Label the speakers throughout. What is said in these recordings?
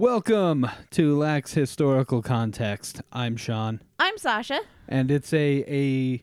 Speaker 1: Welcome to Lax Historical Context. I'm Sean,
Speaker 2: I'm Sasha.
Speaker 1: and it's a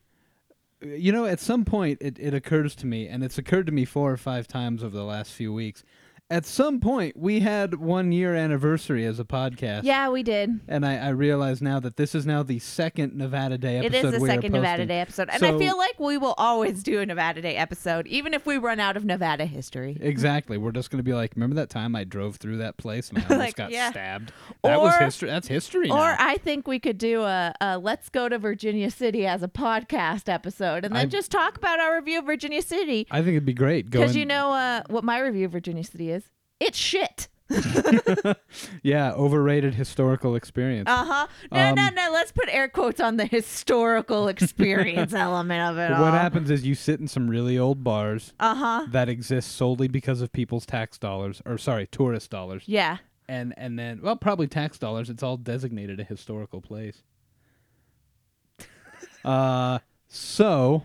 Speaker 1: a you know at some point it, it occurs to me, and it's occurred to me four or five times over the last few weeks. At some point, we had one year anniversary as a podcast.
Speaker 2: Yeah, we did.
Speaker 1: And I, I realize now that this is now the second Nevada Day
Speaker 2: It
Speaker 1: episode.
Speaker 2: is the
Speaker 1: we are
Speaker 2: second Nevada
Speaker 1: posting.
Speaker 2: Day episode. And
Speaker 1: So-
Speaker 2: I feel like we will always do a Nevada Day episode, even if we run out of Nevada history.
Speaker 1: Exactly. We're just going to be like, remember that time I drove through that place and I almost
Speaker 2: Like,
Speaker 1: got
Speaker 2: yeah.
Speaker 1: stabbed? That was
Speaker 2: Or-
Speaker 1: history. That's history now.
Speaker 2: Or I think we could do a, a Let's Go to Virginia City as a podcast episode and
Speaker 1: I-
Speaker 2: then just talk about our review of Virginia City.
Speaker 1: I think it'd be great.
Speaker 2: Because
Speaker 1: going-
Speaker 2: you know uh, what my review of Virginia City is? It's shit.
Speaker 1: Yeah, overrated historical experience.
Speaker 2: Uh huh.
Speaker 1: Um,
Speaker 2: No, no, no. Let's put air quotes on the historical experience element of it
Speaker 1: what
Speaker 2: all.
Speaker 1: happens is you sit in some really old bars
Speaker 2: Uh huh.
Speaker 1: that exist solely because of people's tax dollars, or sorry, tourist dollars,
Speaker 2: Yeah.
Speaker 1: and and then well, probably tax dollars. It's all designated a historical place. uh, so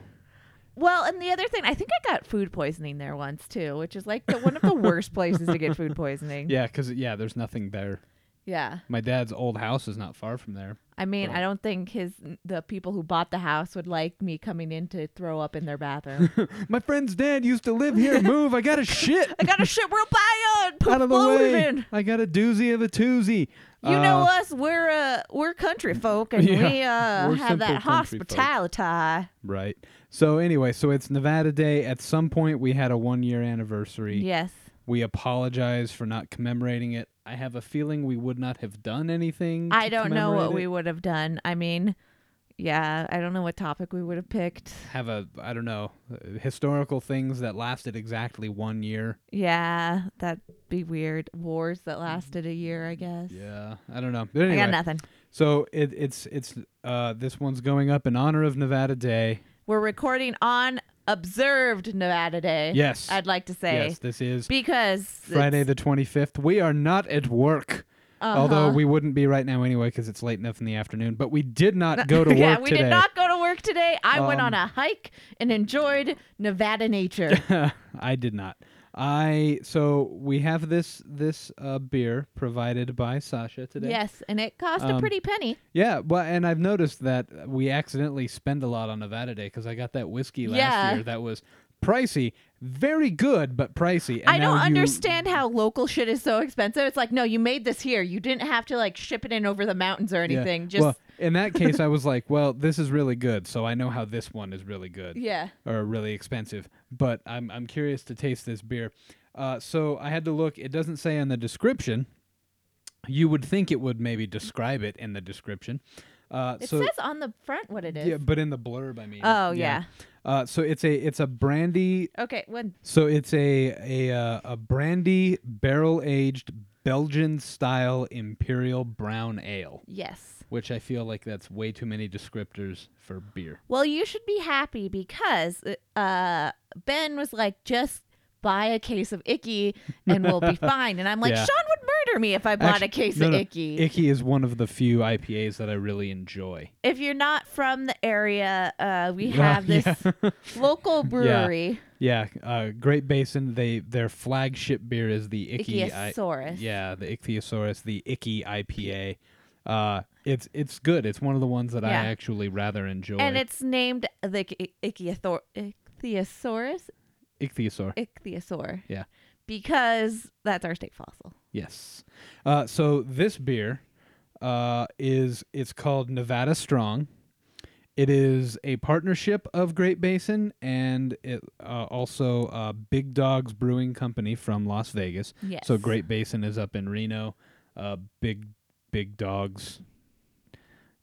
Speaker 2: Well, and the other thing, I think I got food poisoning there once too, which is like the, one of the worst places to get food poisoning.
Speaker 1: yeah, because yeah, there's nothing there.
Speaker 2: Yeah.
Speaker 1: My dad's old house is not far from there.
Speaker 2: I mean, I don't think his the people who bought the house would like me coming in to throw up in their bathroom.
Speaker 1: My friend's dad used to live here. Move, I got a shit
Speaker 2: I got a shit real bad.
Speaker 1: out of the way.
Speaker 2: Explosion.
Speaker 1: I got a doozy of a toozy.
Speaker 2: You know
Speaker 1: Uh,
Speaker 2: us, we're uh, we're country folk, and
Speaker 1: Yeah,
Speaker 2: we uh,
Speaker 1: we're
Speaker 2: have
Speaker 1: simple
Speaker 2: that
Speaker 1: country folk.
Speaker 2: hospitality.
Speaker 1: Right. So anyway, so it's Nevada Day. At some point, we had a one-year anniversary.
Speaker 2: Yes.
Speaker 1: We apologize for not commemorating it. I have a feeling we would not have done anything. to
Speaker 2: I don't know what we
Speaker 1: commemorate it.
Speaker 2: would have done. I mean, yeah, I don't know what topic we would have picked.
Speaker 1: have a. I don't know uh, historical things that lasted exactly one year.
Speaker 2: Yeah, that'd be weird. Wars that lasted a year, I guess.
Speaker 1: Yeah, I don't know. But anyway,
Speaker 2: I got nothing.
Speaker 1: so it, it's it's uh this one's going up in honor of Nevada Day.
Speaker 2: We're recording on observed Nevada Day.
Speaker 1: Yes.
Speaker 2: I'd like to say
Speaker 1: Yes, this is
Speaker 2: because
Speaker 1: Friday
Speaker 2: it's-
Speaker 1: the twenty fifth. We are not at work.
Speaker 2: uh-huh.
Speaker 1: Although we wouldn't be right now anyway because it's late enough in the afternoon. But we did not go to work
Speaker 2: yeah, we
Speaker 1: today.
Speaker 2: did not go to work today. I went
Speaker 1: Um,
Speaker 2: on a hike and enjoyed Nevada nature.
Speaker 1: I did not. I so we have this this uh, beer provided by Sasha today.
Speaker 2: yes, and it cost
Speaker 1: Um,
Speaker 2: a pretty penny.
Speaker 1: Yeah. Well, and I've noticed that we accidentally spend a lot on Nevada Day because I got that whiskey last
Speaker 2: Yeah.
Speaker 1: year that was pricey, very good but pricey. And
Speaker 2: I
Speaker 1: now
Speaker 2: don't
Speaker 1: you-
Speaker 2: understand how local shit is so expensive. It's like, no, you made this here. You didn't have to like ship it in over the mountains or
Speaker 1: Yeah.
Speaker 2: anything. Just
Speaker 1: well, in that case, I was like, well, this is really good, so I know how this one is really good.
Speaker 2: yeah.
Speaker 1: or really expensive. But I'm I'm curious to taste this beer. Uh, so I had to look. It doesn't say in the description. You would think it would maybe describe it in the description. Uh,
Speaker 2: It
Speaker 1: so
Speaker 2: says on the front what it is.
Speaker 1: yeah, but in the blurb, I mean.
Speaker 2: Oh,
Speaker 1: Uh, so it's a it's a brandy.
Speaker 2: Okay, one.
Speaker 1: So it's a a uh, a brandy barrel aged Belgian style imperial brown ale,
Speaker 2: Yes.
Speaker 1: which I feel like that's way too many descriptors for beer.
Speaker 2: Well, you should be happy because uh, Ben was like, just buy a case of Icky and we'll be fine. And I'm like,
Speaker 1: Yeah.
Speaker 2: Sean would murder me if I bought
Speaker 1: Actu-
Speaker 2: a case
Speaker 1: no,
Speaker 2: of
Speaker 1: no.
Speaker 2: Icky.
Speaker 1: Icky is one of the few IPAs that I really enjoy.
Speaker 2: if you're not from the area, uh, we
Speaker 1: Yeah,
Speaker 2: have this
Speaker 1: yeah,
Speaker 2: local brewery,
Speaker 1: yeah uh, Great Basin. They their flagship beer is the Icky. I-
Speaker 2: Ichthyosaurus.
Speaker 1: yeah, the Ichthyosaurus, the Icky IPA. Uh, it's it's good. It's one of the ones that I
Speaker 2: Yeah.
Speaker 1: actually rather enjoy.
Speaker 2: and it's named the Ic- Ichthyothor- Ichthyosaurus?
Speaker 1: Ichthyosaur.
Speaker 2: Ichthyosaur.
Speaker 1: Yeah.
Speaker 2: Because that's our state fossil.
Speaker 1: Yes. Uh, so this beer uh, is it's called Nevada Strong. It is a partnership of Great Basin and it uh, also uh, Big Dogs Brewing Company from Las Vegas.
Speaker 2: Yes.
Speaker 1: So Great Basin is up in Reno. Uh, Big Big Dogs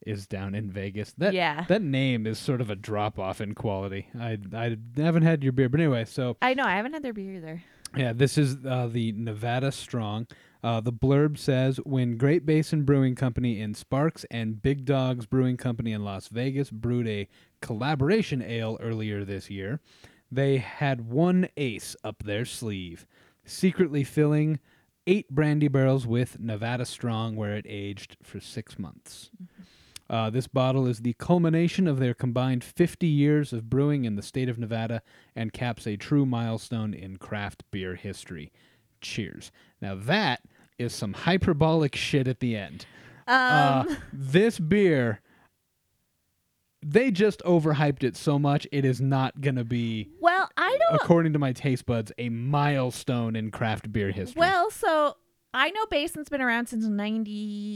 Speaker 1: is down in Vegas. That
Speaker 2: Yeah.
Speaker 1: that name is sort of a drop off in quality. I I haven't had your beer, but anyway, so
Speaker 2: I know. I haven't had their beer either.
Speaker 1: yeah, this is uh, the Nevada Strong. Uh, the blurb says When Great Basin Brewing Company in Sparks and Big Dogs Brewing Company in Las Vegas brewed a collaboration ale earlier this year, they had one ace up their sleeve, secretly filling eight brandy barrels with Nevada Strong, where it aged for six months. Uh, this bottle is the culmination of their combined 50 years of brewing in the state of Nevada and caps a true milestone in craft beer history. Cheers. Now, that is some hyperbolic shit at the end.
Speaker 2: Um,
Speaker 1: uh, this beer, they just overhyped it so much, it is not going to be,
Speaker 2: well, I don't.
Speaker 1: according to my taste buds, a milestone in craft beer history.
Speaker 2: Well, so I know Basin's been around since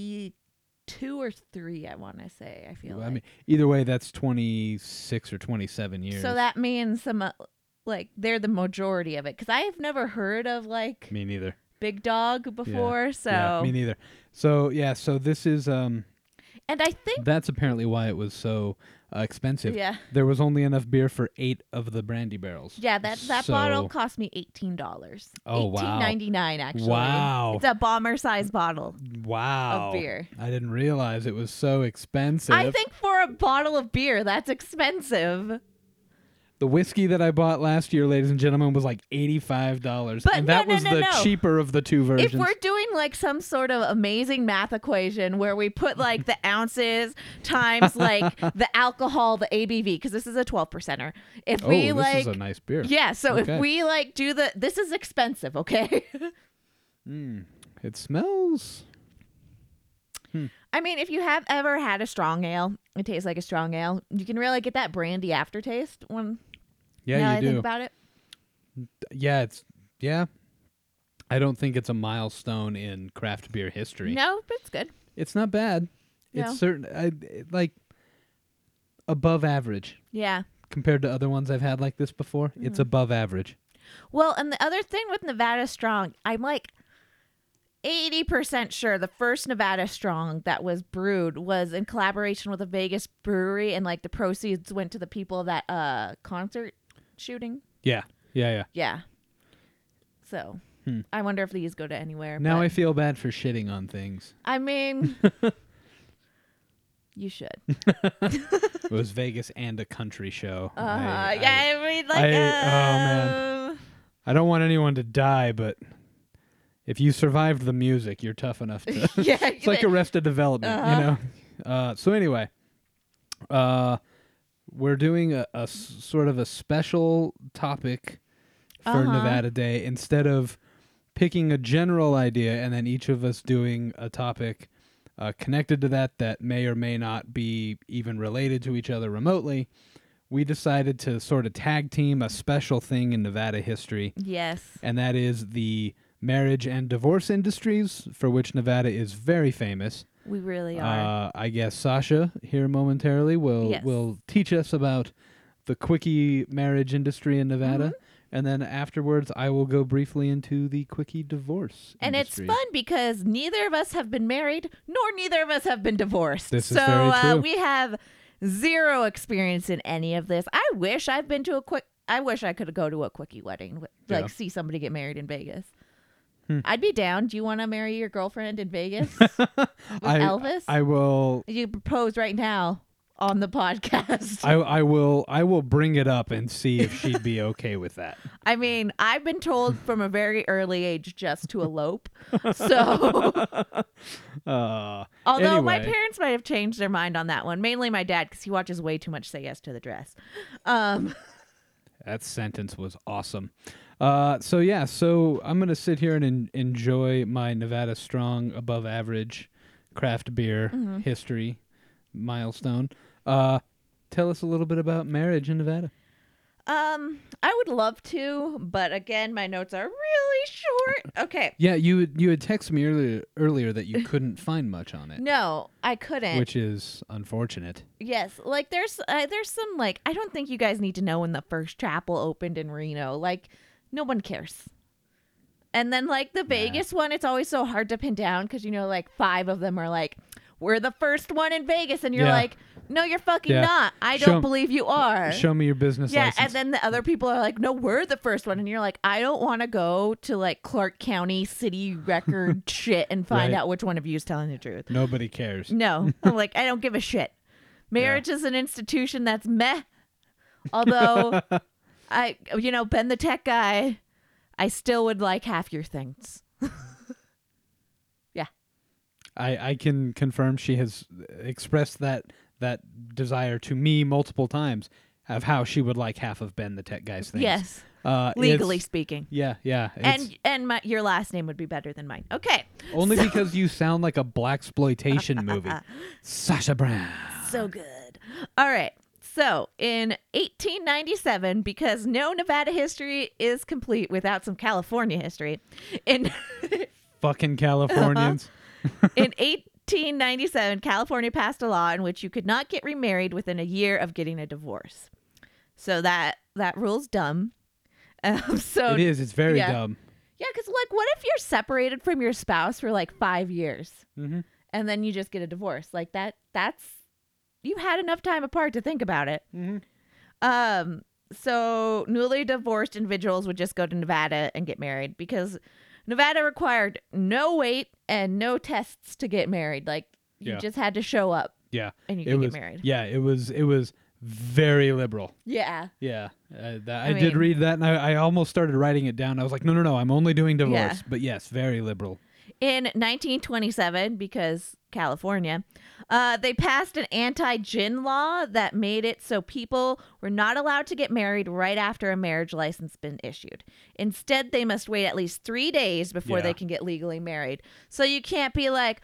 Speaker 2: '92 or three. I want to say. I feel.
Speaker 1: I
Speaker 2: like.
Speaker 1: mean, either way, that's 26 or 27 years.
Speaker 2: So that means some uh, like they're the majority of it because I have never heard of like
Speaker 1: me neither.
Speaker 2: Big Dog before. So
Speaker 1: Yeah, me neither. So yeah, so this is um
Speaker 2: and I think
Speaker 1: that's apparently why it was so uh, expensive.
Speaker 2: yeah
Speaker 1: There was only enough beer for 8 of the brandy barrels.
Speaker 2: yeah that that bottle
Speaker 1: So-
Speaker 2: cost me eighteen dollars.
Speaker 1: Oh, wow.
Speaker 2: eighteen ninety nine actually.
Speaker 1: Wow.
Speaker 2: it's a bomber size bottle.
Speaker 1: Wow.
Speaker 2: beer.
Speaker 1: I didn't realize it was so expensive.
Speaker 2: I think for a bottle of beer that's expensive.
Speaker 1: the whiskey that I bought last year, ladies and gentlemen, was like $85.
Speaker 2: But
Speaker 1: and
Speaker 2: no,
Speaker 1: that
Speaker 2: no,
Speaker 1: was
Speaker 2: no,
Speaker 1: the
Speaker 2: no.
Speaker 1: cheaper of the two versions.
Speaker 2: If we're doing like some sort of amazing math equation where we put like the ounces times like the alcohol, the ABV, because this is a twelve percenter. If
Speaker 1: oh,
Speaker 2: we
Speaker 1: this
Speaker 2: like
Speaker 1: is a nice beer.
Speaker 2: Yeah, so
Speaker 1: Okay.
Speaker 2: if we like do the this is expensive, okay?
Speaker 1: It smells
Speaker 2: I mean, if you have ever had a strong ale, it tastes like a strong ale. You can really get that brandy aftertaste when
Speaker 1: Yeah,
Speaker 2: now
Speaker 1: you
Speaker 2: I
Speaker 1: do.
Speaker 2: think about it.
Speaker 1: yeah, it's yeah. I don't think it's a milestone in craft beer history.
Speaker 2: No, but it's good.
Speaker 1: It's not bad.
Speaker 2: No.
Speaker 1: It's certain I it- like above average
Speaker 2: Yeah.
Speaker 1: compared to other ones I've had like this before. It's
Speaker 2: Mm-hmm.
Speaker 1: above average.
Speaker 2: Well, and the other thing with Nevada Strong, I'm like 80% sure the first Nevada Strong that was brewed was in collaboration with a Vegas brewery and like the proceeds went to the people of that uh concert shooting.
Speaker 1: Yeah. Yeah, yeah.
Speaker 2: Yeah. So, I wonder if these go to anywhere.
Speaker 1: Hmm. Now
Speaker 2: but-
Speaker 1: I feel bad for shitting on things.
Speaker 2: I mean, you should. Uh,
Speaker 1: It was Vegas and a country show. I, I-
Speaker 2: Uh, Uh-huh, yeah, I mean, like,
Speaker 1: I- oh, man.
Speaker 2: um,
Speaker 1: I don't want anyone to die, but if you survived the music, you're tough enough to
Speaker 2: yeah,
Speaker 1: It's like Arrested Development, you know. Uh, so anyway, uh, we're doing a, a s- sort of a special topic for
Speaker 2: Uh-huh.
Speaker 1: Nevada Day instead of picking a general idea and then each of us doing a topic uh, connected to that that may or may not be even related to each other remotely. We decided to sort of tag team a special thing in Nevada history
Speaker 2: yes,
Speaker 1: and that is the marriage and divorce industries, for which Nevada is very famous.
Speaker 2: we really are.
Speaker 1: Uh, I guess Sasha here momentarily will
Speaker 2: Yes.
Speaker 1: will teach us about the quickie marriage industry in Nevada,
Speaker 2: Mm-hmm.
Speaker 1: and then afterwards I will go briefly into the quickie divorce.
Speaker 2: and it's
Speaker 1: industry.
Speaker 2: fun because neither of us have been married, nor neither of us have been divorced.
Speaker 1: This is
Speaker 2: so
Speaker 1: very
Speaker 2: uh,
Speaker 1: true.
Speaker 2: we have zero experience in any of this. I wish I've been to a quick. I wish I could go to a quickie wedding, wi- like
Speaker 1: Yeah. Hmm.
Speaker 2: see somebody get married in Vegas. I'd be down. Do you want to marry your girlfriend in Vegas?
Speaker 1: I,
Speaker 2: Elvis?
Speaker 1: I will.
Speaker 2: you propose right now on the podcast. I,
Speaker 1: I, I will I will bring it up and see if she'd be okay with that.
Speaker 2: mean, I've been told from a very early age just to elope. So,
Speaker 1: Uh,
Speaker 2: although my
Speaker 1: anyway.
Speaker 2: parents might have changed their mind on that one, mainly my dad because he watches way too much Say Yes to the Dress. Um,
Speaker 1: That sentence was awesome. Uh, so yeah, so I'm gonna sit here and en- enjoy my Nevada Strong above average craft beer history milestone. Uh, tell us a little bit about marriage in Nevada.
Speaker 2: um, I would love to, but again, my notes are really short. Okay,
Speaker 1: Yeah, you had- you had texted me earlier earlier that you couldn't find much on it,
Speaker 2: no, I couldn't.
Speaker 1: which is unfortunate.
Speaker 2: Yes, like there's uh, there's some like I don't think you guys need to know when the first chapel opened in Reno. Like no one cares. And then like the Vegas one, it's always so hard to pin down because you know like five of them are like we're the first one in Vegas, and you're
Speaker 1: Yeah.
Speaker 2: like no, you're fucking
Speaker 1: Yeah.
Speaker 2: not. I
Speaker 1: Show
Speaker 2: don't
Speaker 1: 'em-
Speaker 2: believe you are.
Speaker 1: Show me your business
Speaker 2: yeah,
Speaker 1: license.
Speaker 2: and then the other people are like, no, we're the first one, and you're like, I don't want to go to like Clark County city record shit and find
Speaker 1: Right.
Speaker 2: out which one of you is telling the truth.
Speaker 1: Nobody cares.
Speaker 2: No. I'm like, I don't give a shit. Marriage is an institution that's meh. Although I you know, Ben the tech guy, I still would like half your things.
Speaker 1: I, I can confirm she has expressed that that desire to me multiple times. of how she would like half of Ben the tech guy's things.
Speaker 2: Yes,
Speaker 1: Uh, it's-
Speaker 2: legally speaking.
Speaker 1: Yeah, yeah. It's
Speaker 2: And and my, your last name would be better than mine. Okay.
Speaker 1: only because you sound like a black exploitation movie. Sasha Brown.
Speaker 2: So good. All right. So in 1897, because no Nevada history is complete without some California history, in
Speaker 1: Fucking Californians.
Speaker 2: in 1897, California passed a law in which you could not get remarried within a year of getting a divorce. So that that rule's dumb. Um, so
Speaker 1: It is. It's very
Speaker 2: yeah.
Speaker 1: dumb.
Speaker 2: yeah, because like, what if you're separated from your spouse for like five years?
Speaker 1: Mm-hmm.
Speaker 2: and then you just get a divorce. Like that that's you had enough time apart to think about it.
Speaker 1: Mhm.
Speaker 2: Um so newly divorced individuals would just go to Nevada and get married because Nevada required no wait and no tests to get married. Like you
Speaker 1: Yeah.
Speaker 2: just had to show up
Speaker 1: Yeah.
Speaker 2: and you
Speaker 1: It
Speaker 2: could
Speaker 1: was.
Speaker 2: get married.
Speaker 1: Yeah. It was. It was very liberal.
Speaker 2: Yeah.
Speaker 1: Yeah, uh, that, I,
Speaker 2: I
Speaker 1: did
Speaker 2: mean-
Speaker 1: read that, and I, I almost started writing it down. I was like, no, no, no, I'm only doing divorce. But yes, very liberal.
Speaker 2: In 1927, because California, uh, they passed an anti gin law that made it so people were not allowed to get married right after a marriage license been issued. Instead, they must wait at least three days before
Speaker 1: Yeah.
Speaker 2: they can get legally married. So you can't be like,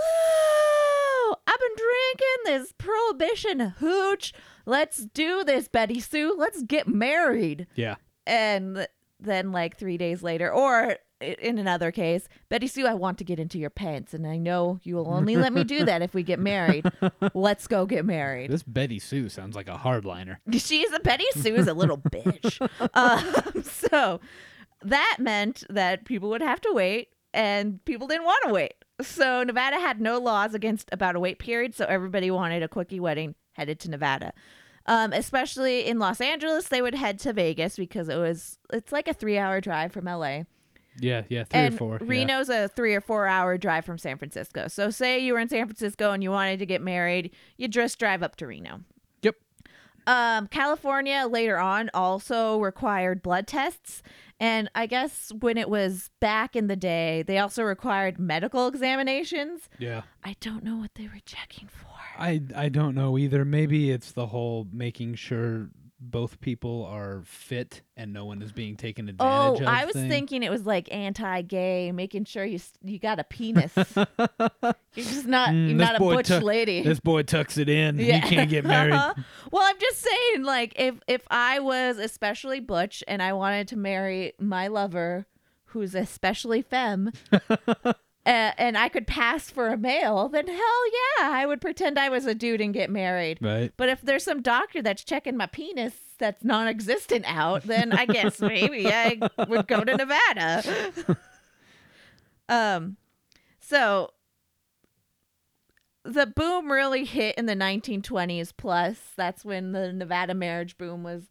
Speaker 2: Whoa! I've been drinking this prohibition hooch. Let's do this, Betty Sue. Let's get married
Speaker 1: Yeah,
Speaker 2: and then like three days later or i- in another case betty sue i want to get into your pants and i know you will only let me do that if we get married let's go get married
Speaker 1: this Betty Sue sounds like a hardliner.
Speaker 2: she's a betty sue is a little bitch um, so that meant that people would have to wait and people didn't want to wait so nevada had no laws against about a wait period so everybody wanted a quickie wedding headed to nevada um, especially in los angeles they would head to vegas because it was it's like a three hour drive from la
Speaker 1: Yeah, yeah, three
Speaker 2: and
Speaker 1: or four. yeah.
Speaker 2: Reno's a three or four hour drive from San Francisco. So say you were in San Francisco and you wanted to get married, you just drive up to Reno.
Speaker 1: Yep.
Speaker 2: Um, California later on also required blood tests. And I guess when it was back in the day, they also required medical examinations.
Speaker 1: Yeah,
Speaker 2: I don't know what they were checking for.
Speaker 1: I I don't know either. Maybe it's the whole making sure both people are fit and no one is being taken
Speaker 2: Oh,
Speaker 1: advantage of.
Speaker 2: I was
Speaker 1: thing.
Speaker 2: thinking it was like anti-gay, making sure you s- you got a penis. you're just not
Speaker 1: Mm,
Speaker 2: you're
Speaker 1: this
Speaker 2: not a
Speaker 1: boy
Speaker 2: butch
Speaker 1: took-
Speaker 2: lady.
Speaker 1: This boy tucks it in. He can't get married.
Speaker 2: Uh-huh. well, I'm just saying, like, if if I was especially butch and I wanted to marry my lover, who's especially femme, uh, and I could pass for a male, then hell yeah, I would pretend I was a dude and get married.
Speaker 1: right.
Speaker 2: But if there's some doctor that's checking my penis that's non-existent out, then I guess maybe I would go to Nevada. um, so the boom really hit in the 1920s plus. That's when the Nevada marriage boom was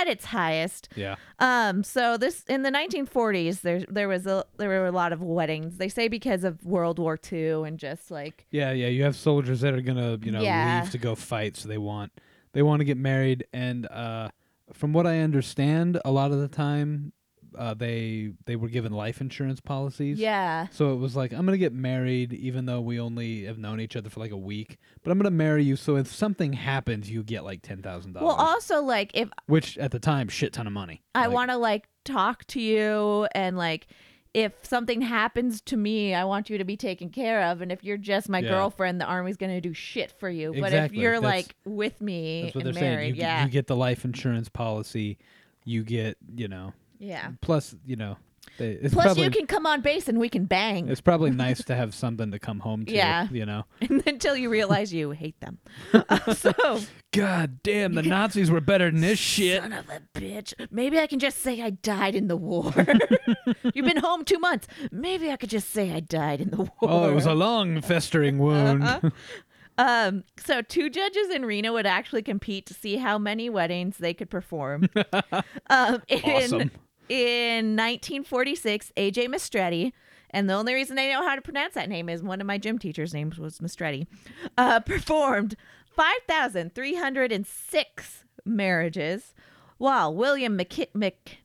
Speaker 2: at its highest.
Speaker 1: Yeah.
Speaker 2: Um, so this in the 1940s there there was a there were a lot of weddings. They say because of World War II and just like
Speaker 1: Yeah, yeah. You have soldiers that are gonna, you know,
Speaker 2: Yeah.
Speaker 1: leave to go fight, so they want they want to get married. And uh, from what I understand, a lot of the time, uh, they they were given life insurance policies.
Speaker 2: yeah.
Speaker 1: So it was like, I'm gonna get married, even though we only have known each other for like a week. But I'm gonna marry you, so if something happens, you get like ten thousand
Speaker 2: Well,
Speaker 1: dollars,
Speaker 2: also like if
Speaker 1: which at the time, shit ton of money.
Speaker 2: I
Speaker 1: Like,
Speaker 2: want to like talk to you and like if something happens to me, I want you to be taken care of. And if you're just my
Speaker 1: Yeah.
Speaker 2: girlfriend, the army's gonna do shit for you. But if
Speaker 1: Exactly.
Speaker 2: you're
Speaker 1: That's-
Speaker 2: like with me
Speaker 1: That's what they're
Speaker 2: and
Speaker 1: saying.
Speaker 2: married,
Speaker 1: You,
Speaker 2: yeah,
Speaker 1: you get the life insurance policy. You get, you know,
Speaker 2: yeah.
Speaker 1: plus, you know, they, it's
Speaker 2: Plus,
Speaker 1: probably
Speaker 2: you can come on base and we can bang
Speaker 1: It's probably nice to have something to come home to.
Speaker 2: Yeah.
Speaker 1: You know?
Speaker 2: until you realize you hate them. so,
Speaker 1: God damn, the Nazis were better than this shit.
Speaker 2: son of a bitch. Maybe I can just say I died in the war. You've been home two months. Maybe I could just say I died in the war.
Speaker 1: Oh, it was a long festering wound.
Speaker 2: Uh-huh. Um, so two judges in Reno would actually compete to see how many weddings they could perform. um, in,
Speaker 1: Awesome.
Speaker 2: In 1946, AJ Mistretti, and the only reason I know how to pronounce that name is one of my gym teachers' names was Mistretti, uh, performed 5,306 marriages, while William McK-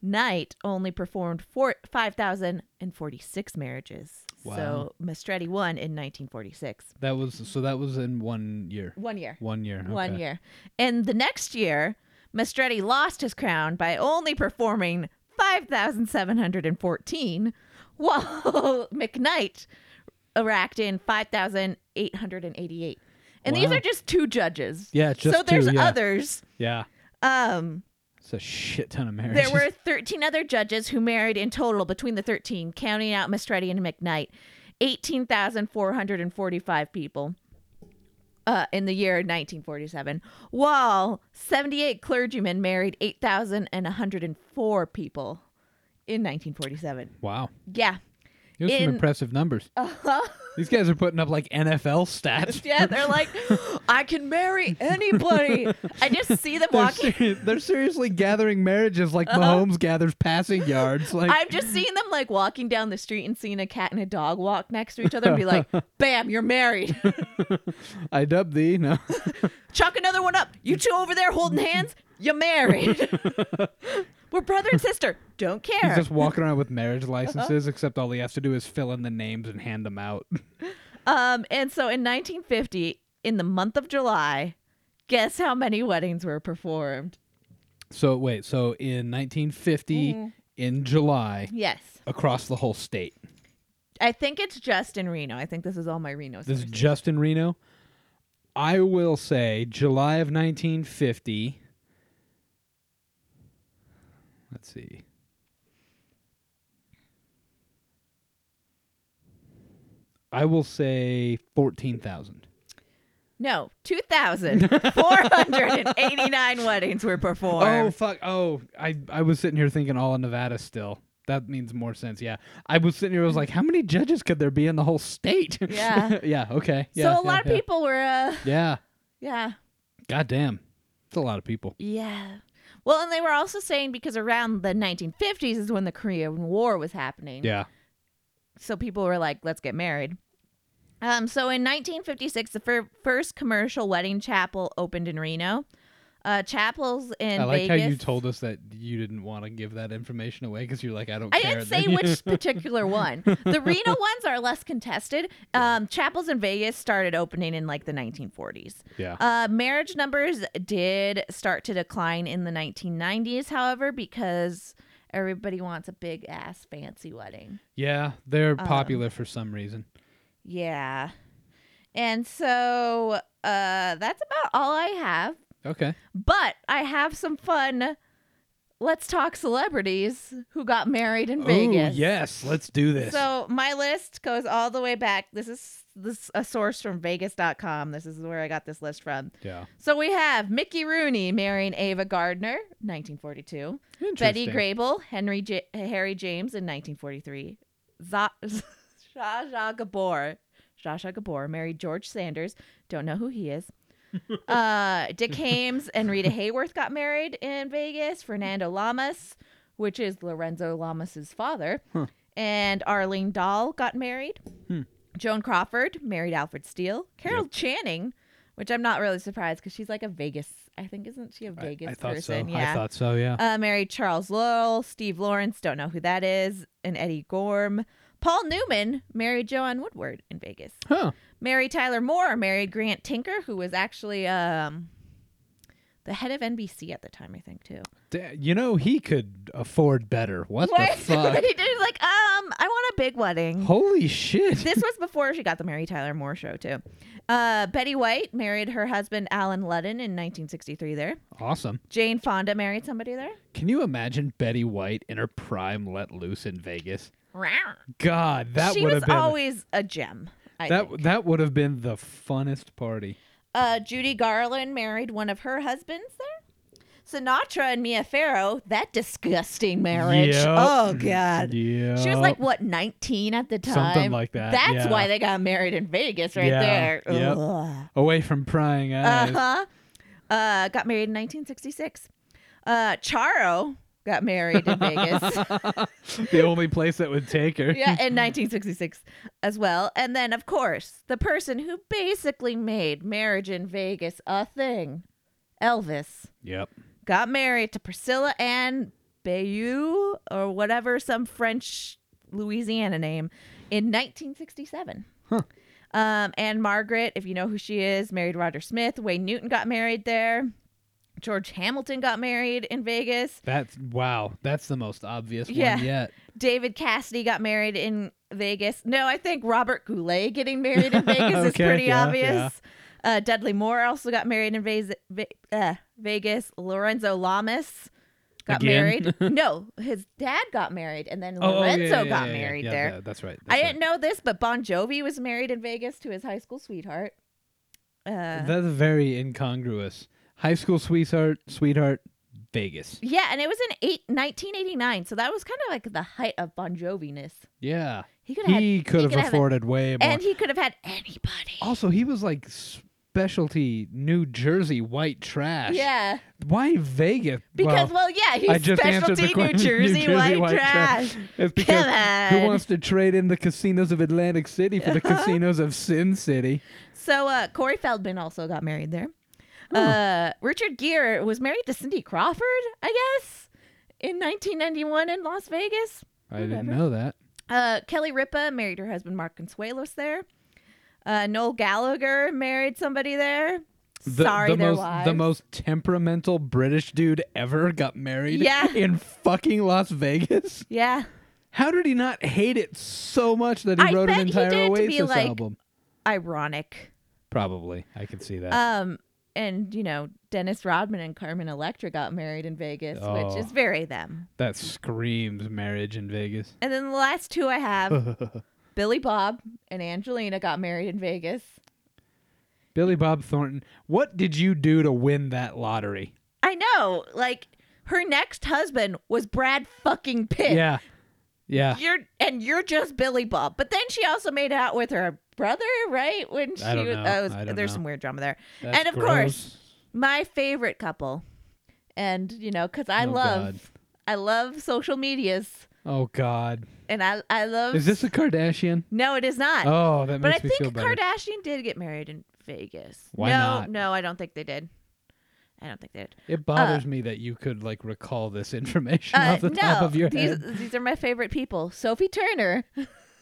Speaker 2: McKnight only performed four- 5,046 marriages.
Speaker 1: Wow.
Speaker 2: So Mastretti won in 1946.
Speaker 1: That was so that was in one year.
Speaker 2: One year.
Speaker 1: One year.
Speaker 2: One
Speaker 1: okay.
Speaker 2: year. And the next year, Mastretti lost his crown by only performing 5,714, while McKnight racked in 5,888. And these
Speaker 1: Wow.
Speaker 2: are just two judges.
Speaker 1: Yeah, just
Speaker 2: so there's
Speaker 1: two, yeah.
Speaker 2: others.
Speaker 1: Yeah.
Speaker 2: Um,
Speaker 1: It's a shit ton of marriages.
Speaker 2: there were 13 other judges who married in total between the 13, counting out Mastretti and McKnight, 18,445 people uh, in the year 1947, while 78 clergymen married 8,104 people in 1947.
Speaker 1: Wow.
Speaker 2: Yeah.
Speaker 1: Those are some
Speaker 2: in- Uh-huh.
Speaker 1: impressive numbers. These guys are putting up like NFL stats.
Speaker 2: Yeah, they're like, I can marry anybody. I just see them
Speaker 1: They're,
Speaker 2: walking. Uh-huh.
Speaker 1: seri- they're seriously gathering marriages like Mahomes gathers passing yards. Like
Speaker 2: I've just seen them like walking down the street and seeing a cat and a dog walk next to each other and be like, bam, you're married.
Speaker 1: I dub thee. No.
Speaker 2: Chuck another one up. You two over there holding hands, you're married. We're brother and sister. Don't
Speaker 1: He's
Speaker 2: care.
Speaker 1: just walking around with marriage
Speaker 2: Uh-huh.
Speaker 1: licenses, except all he has to do is fill in the names and hand them out.
Speaker 2: Um, and so in 1950, in the month of July, guess how many weddings were performed?
Speaker 1: So wait, so in 1950
Speaker 2: Mm-hmm.
Speaker 1: in July
Speaker 2: Yes.
Speaker 1: across the whole state.
Speaker 2: I think it's just in Reno. I think this is all my Reno
Speaker 1: This is
Speaker 2: sources.
Speaker 1: just in Reno. I will say July of 1950. Let's see. I will say 14,000.
Speaker 2: No, 2,489 weddings were
Speaker 1: Oh
Speaker 2: performed.
Speaker 1: fuck! Oh, I I was sitting here thinking all of Nevada still. That means more sense. Yeah, I was sitting here. I was like, how many judges could there be in the whole state?
Speaker 2: Yeah.
Speaker 1: yeah. Okay. Yeah,
Speaker 2: so a
Speaker 1: yeah,
Speaker 2: lot of
Speaker 1: yeah.
Speaker 2: people were, uh,
Speaker 1: Yeah.
Speaker 2: yeah.
Speaker 1: God damn. It's a lot of people.
Speaker 2: Yeah. Well, and they were also saying because around the 1950s is when the Korean War was happening.
Speaker 1: Yeah.
Speaker 2: So people were like, let's get married. Um, so in 1956, the fir- first commercial wedding chapel opened in Reno. Uh, chapels in
Speaker 1: I like
Speaker 2: Vegas.
Speaker 1: how you told us that you didn't want to give that information away because you're like, I don't
Speaker 2: I
Speaker 1: care.
Speaker 2: didn't
Speaker 1: Then
Speaker 2: say
Speaker 1: you-
Speaker 2: which particular one. The Reno ones are less contested. Um, chapels in Vegas started opening in like the 1940s.
Speaker 1: Yeah.
Speaker 2: Uh, marriage numbers did start to decline in the 1990s, however, because everybody wants a big ass fancy wedding.
Speaker 1: yeah. They're
Speaker 2: Um,
Speaker 1: popular for some reason.
Speaker 2: Yeah. And so uh, that's about all I have.
Speaker 1: Okay.
Speaker 2: But I have some fun. Let's talk celebrities who got married in Vegas.
Speaker 1: Ooh, yes. Let's do this.
Speaker 2: So my list goes all the way back. This is this a source from Vegas.com. This is where I got this list from.
Speaker 1: yeah.
Speaker 2: So we have Mickey Rooney marrying Ava Gardner, 1942. Betty
Speaker 1: Interesting.
Speaker 2: Grable, Henry J- Harry James in 1943. Za- Zsa Zsa Gabor, Zsa Zsa Gabor married George Sanders. Don't know who he is. uh, Dick Hames and Rita Hayworth got married in Vegas. Fernando Lamas, which is Lorenzo Lamas's father,
Speaker 1: Huh.
Speaker 2: and Arlene Dahl got married.
Speaker 1: Hmm.
Speaker 2: Joan Crawford married Alfred Steele. Carol Channing, which I'm not really surprised because she's like a Vegas. I think isn't she a
Speaker 1: I,
Speaker 2: Vegas
Speaker 1: I thought
Speaker 2: person?
Speaker 1: so.
Speaker 2: Yeah.
Speaker 1: I thought so. Yeah.
Speaker 2: Uh, married Charles Lowell, Steve Lawrence, don't know who that is, and Eddie Gorm. Paul Newman married Joanne Woodward in Vegas.
Speaker 1: huh.
Speaker 2: Mary Tyler Moore married Grant Tinker, who was actually um, the head of NBC at the time, I think, too.
Speaker 1: Da- You know, he could afford better. What the fuck?
Speaker 2: he did he was like, um, I want a big wedding.
Speaker 1: Holy shit.
Speaker 2: this was before she got the Mary Tyler Moore show, too. Uh, Betty White married her husband, Alan Ludden, in 1963 there.
Speaker 1: awesome.
Speaker 2: Jane Fonda married somebody there.
Speaker 1: Can you imagine Betty White in her prime let loose in Vegas? God, that
Speaker 2: she
Speaker 1: would
Speaker 2: was
Speaker 1: have been
Speaker 2: always a gem. I
Speaker 1: that
Speaker 2: think.
Speaker 1: that would have been the funnest party.
Speaker 2: Uh, Judy Garland married one of her husbands there. Sinatra and Mia Farrow, that disgusting marriage.
Speaker 1: Yep.
Speaker 2: Oh, God.
Speaker 1: Yeah.
Speaker 2: She was like, what, 19 at the time?
Speaker 1: Something like that,
Speaker 2: That's
Speaker 1: yeah.
Speaker 2: why they got married in Vegas right
Speaker 1: Yeah,
Speaker 2: there.
Speaker 1: yep.
Speaker 2: Ugh.
Speaker 1: away from prying eyes.
Speaker 2: Uh-huh. Uh, got married in 1966. Uh, Charo got married in Vegas.
Speaker 1: the only place that would take her.
Speaker 2: yeah, in 1966 as well. And then, of course, the person who basically made marriage in Vegas a thing, Elvis,
Speaker 1: Yep.
Speaker 2: got married to Priscilla Anne Bayou or whatever, some French Louisiana name, in 1967.
Speaker 1: Huh.
Speaker 2: Um, and Margaret, if you know who she is, married Roger Smith. Wayne Newton got married there. George Hamilton got married in Vegas.
Speaker 1: That's wow. That's the most obvious
Speaker 2: Yeah.
Speaker 1: one yet.
Speaker 2: David Cassidy got married in Vegas. No, I think Robert Goulet getting married in Vegas is
Speaker 1: Okay,
Speaker 2: pretty
Speaker 1: yeah,
Speaker 2: obvious.
Speaker 1: yeah.
Speaker 2: Uh, Dudley Moore also got married in Vaz- Ve- uh, Vegas. Lorenzo Lamas got
Speaker 1: Again?
Speaker 2: married. no, his dad got married, and then
Speaker 1: Oh, oh, yeah, yeah,
Speaker 2: Lorenzo
Speaker 1: yeah,
Speaker 2: got
Speaker 1: yeah, yeah,
Speaker 2: married
Speaker 1: yeah,
Speaker 2: there.
Speaker 1: yeah, that's right.
Speaker 2: I
Speaker 1: that's
Speaker 2: didn't know this, but Bon Jovi was married in Vegas to his high school sweetheart. Uh,
Speaker 1: right. That's very incongruous. High school sweetheart, sweetheart, Vegas.
Speaker 2: yeah, and it was in eight, 1989, so that was kind of like the height of Bon Joviness.
Speaker 1: Yeah,
Speaker 2: He could have,
Speaker 1: he could have
Speaker 2: could have a-
Speaker 1: afforded way more. Oh,
Speaker 2: and he could have had anybody.
Speaker 1: also, he was like specialty New Jersey white trash.
Speaker 2: Yeah.
Speaker 1: Why Vegas?
Speaker 2: Because
Speaker 1: well,
Speaker 2: well, yeah, he's
Speaker 1: I just answered
Speaker 2: specialty
Speaker 1: the question.
Speaker 2: New Jersey, white, trash.
Speaker 1: It's because
Speaker 2: Come
Speaker 1: who
Speaker 2: on.
Speaker 1: wants to trade in the casinos of Atlantic City for the casinos of Sin City?
Speaker 2: So uh, Corey Feldman also got married there.
Speaker 1: Oh.
Speaker 2: Uh, Richard Gere was married to Cindy Crawford, I guess, in 1991 in Las Vegas.
Speaker 1: I didn't
Speaker 2: Whatever.
Speaker 1: know that.
Speaker 2: Uh, Kelly Ripa married her husband Mark Consuelos there. Uh, Noel Gallagher married somebody there.
Speaker 1: The,
Speaker 2: Sorry,
Speaker 1: the
Speaker 2: their
Speaker 1: most
Speaker 2: wives.
Speaker 1: the most temperamental British dude ever got married
Speaker 2: Yeah.
Speaker 1: in fucking Las Vegas.
Speaker 2: Yeah,
Speaker 1: How did he not hate it so much that he
Speaker 2: I
Speaker 1: wrote an
Speaker 2: bet he
Speaker 1: entire
Speaker 2: did it to be
Speaker 1: Oasis
Speaker 2: like-
Speaker 1: album?
Speaker 2: ironic.
Speaker 1: Probably, I could see that.
Speaker 2: Um, and you know Dennis Rodman and Carmen Electra got married in Vegas,
Speaker 1: Oh.
Speaker 2: which is very them.
Speaker 1: that screams marriage in Vegas.
Speaker 2: And then the last two I have Billy Bob and Angelina got married in Vegas.
Speaker 1: Billy Bob Thornton, what did you do to win that lottery?
Speaker 2: I know, like her next husband was Brad fucking Pitt.
Speaker 1: Yeah, yeah.
Speaker 2: You're and you're just Billy Bob. But then she also made out with her brother, right? When she
Speaker 1: I don't
Speaker 2: was
Speaker 1: know.
Speaker 2: oh, it was-
Speaker 1: I don't
Speaker 2: there's
Speaker 1: know.
Speaker 2: some weird drama there.
Speaker 1: That's
Speaker 2: and of course,
Speaker 1: gross.
Speaker 2: my favorite couple. And you know, cuz I
Speaker 1: Oh,
Speaker 2: love
Speaker 1: God.
Speaker 2: I love social medias
Speaker 1: Oh God,
Speaker 2: and I I love
Speaker 1: is this a Kardashian?
Speaker 2: No, it is not.
Speaker 1: Oh, that
Speaker 2: but I
Speaker 1: makes me feel
Speaker 2: think
Speaker 1: better.
Speaker 2: Kardashian did get married in Vegas.
Speaker 1: Why
Speaker 2: no,
Speaker 1: not?
Speaker 2: no, I don't think they did. I don't think they did.
Speaker 1: It bothers me that you could like recall this information
Speaker 2: Uh,
Speaker 1: off the top of your
Speaker 2: these,
Speaker 1: head.
Speaker 2: These are my favorite people. Sophie Turner,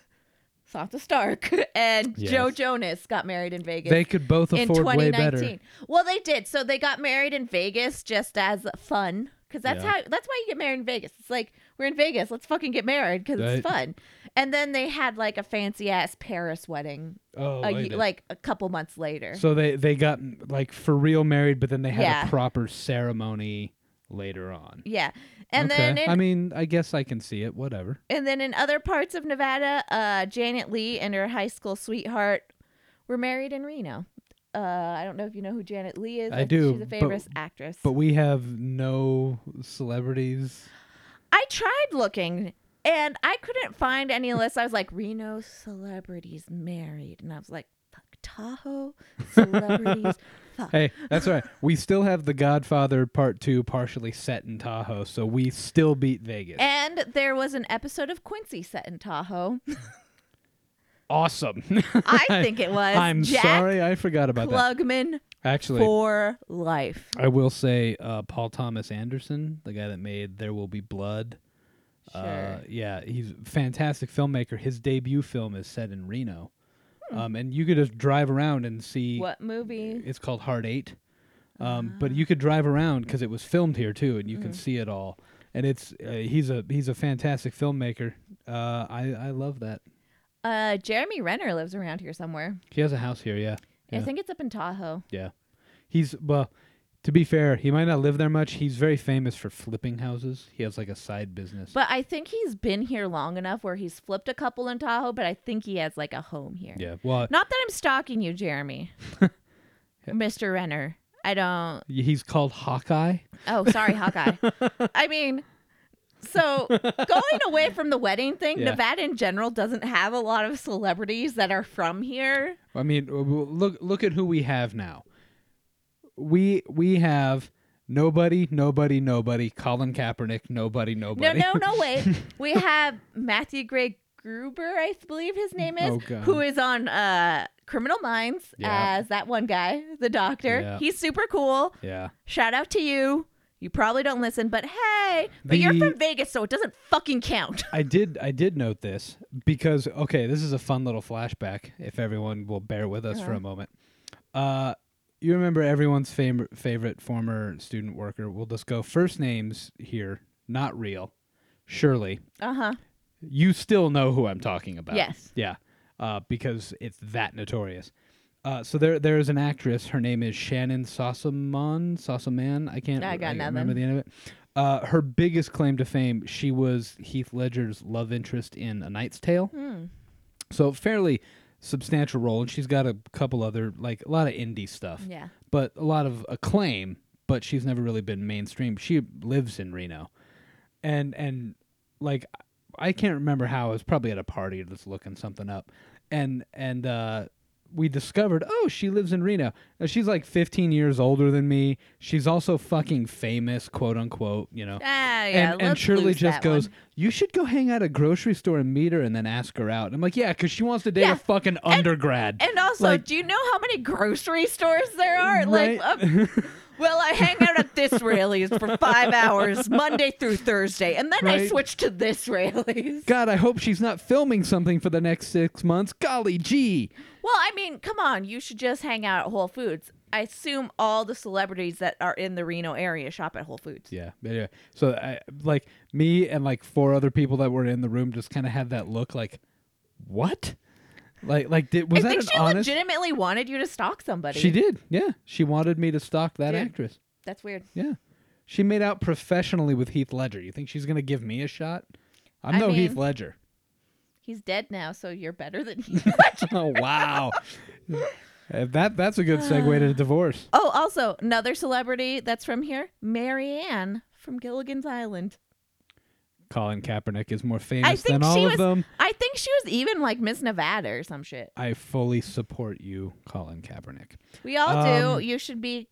Speaker 2: Sansa Stark, and
Speaker 1: Yes.
Speaker 2: Joe Jonas got married in Vegas
Speaker 1: They could both
Speaker 2: in
Speaker 1: afford way better.
Speaker 2: 2019. Well, they did. So they got married in Vegas just as fun. Cause that's
Speaker 1: Yeah.
Speaker 2: how that's why you get married in Vegas. It's like we're in Vegas, let's fucking get married because it's
Speaker 1: Right.
Speaker 2: fun. And then they had like a fancy ass Paris wedding,
Speaker 1: Oh,
Speaker 2: a
Speaker 1: I
Speaker 2: ye-
Speaker 1: did.
Speaker 2: like a couple months later.
Speaker 1: so they they got like for real married, but then they had
Speaker 2: Yeah.
Speaker 1: a proper ceremony later on.
Speaker 2: yeah, and
Speaker 1: okay.
Speaker 2: then in
Speaker 1: I mean, I guess I can see it. Whatever.
Speaker 2: And then in other parts of Nevada, uh, Janet Lee and her high school sweetheart were married in Reno. Uh, I don't know if you know who Janet Lee is.
Speaker 1: I
Speaker 2: think
Speaker 1: do,
Speaker 2: She's a
Speaker 1: but-
Speaker 2: famous actress.
Speaker 1: But we have no celebrities.
Speaker 2: I tried looking and I couldn't find any list. I was like, Reno celebrities married. And I was like, fuck, Tahoe celebrities. fuck.
Speaker 1: Hey, that's all right. We still have The Godfather Part Two partially set in Tahoe, so we still beat Vegas.
Speaker 2: And there was an episode of Quincy set in Tahoe.
Speaker 1: awesome.
Speaker 2: I think it was.
Speaker 1: I'm
Speaker 2: Jack
Speaker 1: sorry, I forgot about that.
Speaker 2: Klugman
Speaker 1: Actually,
Speaker 2: for life.
Speaker 1: I will say uh, Paul Thomas Anderson, the guy that made There Will Be Blood. Uh,
Speaker 2: Sure.
Speaker 1: yeah, he's a fantastic filmmaker. His debut film is set in Reno. Um, and you could just drive around and see.
Speaker 2: Hmm. What Ah. movie?
Speaker 1: It's called Heart Eight. Um, But you could drive around because it was filmed here too, and you can
Speaker 2: Mm-hmm.
Speaker 1: see it all. And it's uh, he's a he's a fantastic filmmaker. Uh, I I love that.
Speaker 2: Uh, Jeremy Renner lives around here somewhere.
Speaker 1: He has a house here. Yeah.
Speaker 2: I
Speaker 1: Yeah.
Speaker 2: think it's up in Tahoe.
Speaker 1: Yeah. He's well, to be fair, he might not live there much. He's very famous for flipping houses. He has like a side business.
Speaker 2: But I think he's been here long enough where he's flipped a couple in Tahoe, but I think he has like a home here.
Speaker 1: yeah. Well,
Speaker 2: Not that I'm stalking you, Jeremy. Mr. Renner. I don't.
Speaker 1: y- he's called Hawkeye.
Speaker 2: Oh, sorry, Hawkeye. I mean, so going away from the wedding thing,
Speaker 1: Yeah.
Speaker 2: Nevada in general doesn't have a lot of celebrities that are from here.
Speaker 1: I mean, w- w- look look at who we have now. We we have nobody, nobody, nobody. Colin Kaepernick, nobody, nobody.
Speaker 2: No, no, no, wait. we have Matthew Gray Gruber, I believe his name is,
Speaker 1: Oh, God.
Speaker 2: who is on uh, Criminal Minds
Speaker 1: Yeah.
Speaker 2: as that one guy, the doctor.
Speaker 1: Yeah.
Speaker 2: He's super cool.
Speaker 1: yeah.
Speaker 2: Shout out to you. You probably don't listen, but hey, but you're
Speaker 1: The-
Speaker 2: from Vegas, so it doesn't fucking count.
Speaker 1: I did I did note this because okay, this is a fun little flashback if everyone will bear with us for a moment. Uh you remember everyone's fam- favorite former student worker. We'll just go first names here, not real. Shirley.
Speaker 2: Uh huh.
Speaker 1: You still know who I'm talking about.
Speaker 2: Yes.
Speaker 1: Yeah. Uh, because it's that notorious. Uh, so there there is an actress. Her name is Shannon Sossaman. Sossaman. I can't,
Speaker 2: I got
Speaker 1: can't
Speaker 2: nothing.
Speaker 1: remember the end of it. Uh, her biggest claim to fame, she was Heath Ledger's love interest in A Knight's Tale.
Speaker 2: Hmm.
Speaker 1: So fairly substantial role, and she's got a couple other like a lot of indie stuff,
Speaker 2: Yeah.
Speaker 1: but a lot of acclaim. But she's never really been mainstream. She lives in Reno, and and like I can't remember how I was probably at a party just looking something up, and and uh, we discovered oh she lives in Reno. Now, she's like 15 years older than me. She's also fucking famous, quote unquote. You know,
Speaker 2: Ah, yeah.
Speaker 1: and, and
Speaker 2: let's
Speaker 1: Shirley
Speaker 2: lose
Speaker 1: just
Speaker 2: that one.
Speaker 1: goes, "You should go hang out at a grocery store and meet her, and then ask her out." And I'm like, "Yeah, because she wants to date
Speaker 2: Yeah.
Speaker 1: a fucking undergrad."
Speaker 2: And also,
Speaker 1: Like-
Speaker 2: do you know how many grocery stores there are? Like,
Speaker 1: Right.
Speaker 2: um, well, I hang out at this Raley's for five hours, Monday through Thursday, and then I
Speaker 1: Right.
Speaker 2: switch to this Raley's.
Speaker 1: God, I hope she's not filming something for the next six months. Golly gee,
Speaker 2: Well, I mean, come on, you should just hang out at Whole Foods. I assume all the celebrities that are in the Reno area shop at Whole Foods.
Speaker 1: yeah. Anyway, so I, like me and like four other people that were in the room just kind of had that look, like, "What?" Like, like did, was
Speaker 2: I
Speaker 1: that
Speaker 2: think
Speaker 1: an
Speaker 2: she
Speaker 1: honest?
Speaker 2: legitimately wanted you to stalk somebody.
Speaker 1: She did, yeah. She wanted me to stalk that
Speaker 2: Dude.
Speaker 1: actress.
Speaker 2: That's weird.
Speaker 1: Yeah. She made out professionally with Heath Ledger. You think she's going to give me a shot? I'm
Speaker 2: I
Speaker 1: no Heath
Speaker 2: mean-
Speaker 1: Ledger.
Speaker 2: He's dead now, so you're better than he.
Speaker 1: oh, wow. Uh, that That's a good segue to divorce.
Speaker 2: oh, also another celebrity that's from here, Marianne from Gilligan's Island.
Speaker 1: Colin Kaepernick is more
Speaker 2: I
Speaker 1: famous
Speaker 2: think
Speaker 1: than all
Speaker 2: she
Speaker 1: of
Speaker 2: was.
Speaker 1: them.
Speaker 2: I think she was even like Miss Nevada or some shit.
Speaker 1: I fully support you, Colin Kaepernick.
Speaker 2: We all
Speaker 1: Um,
Speaker 2: do. You should be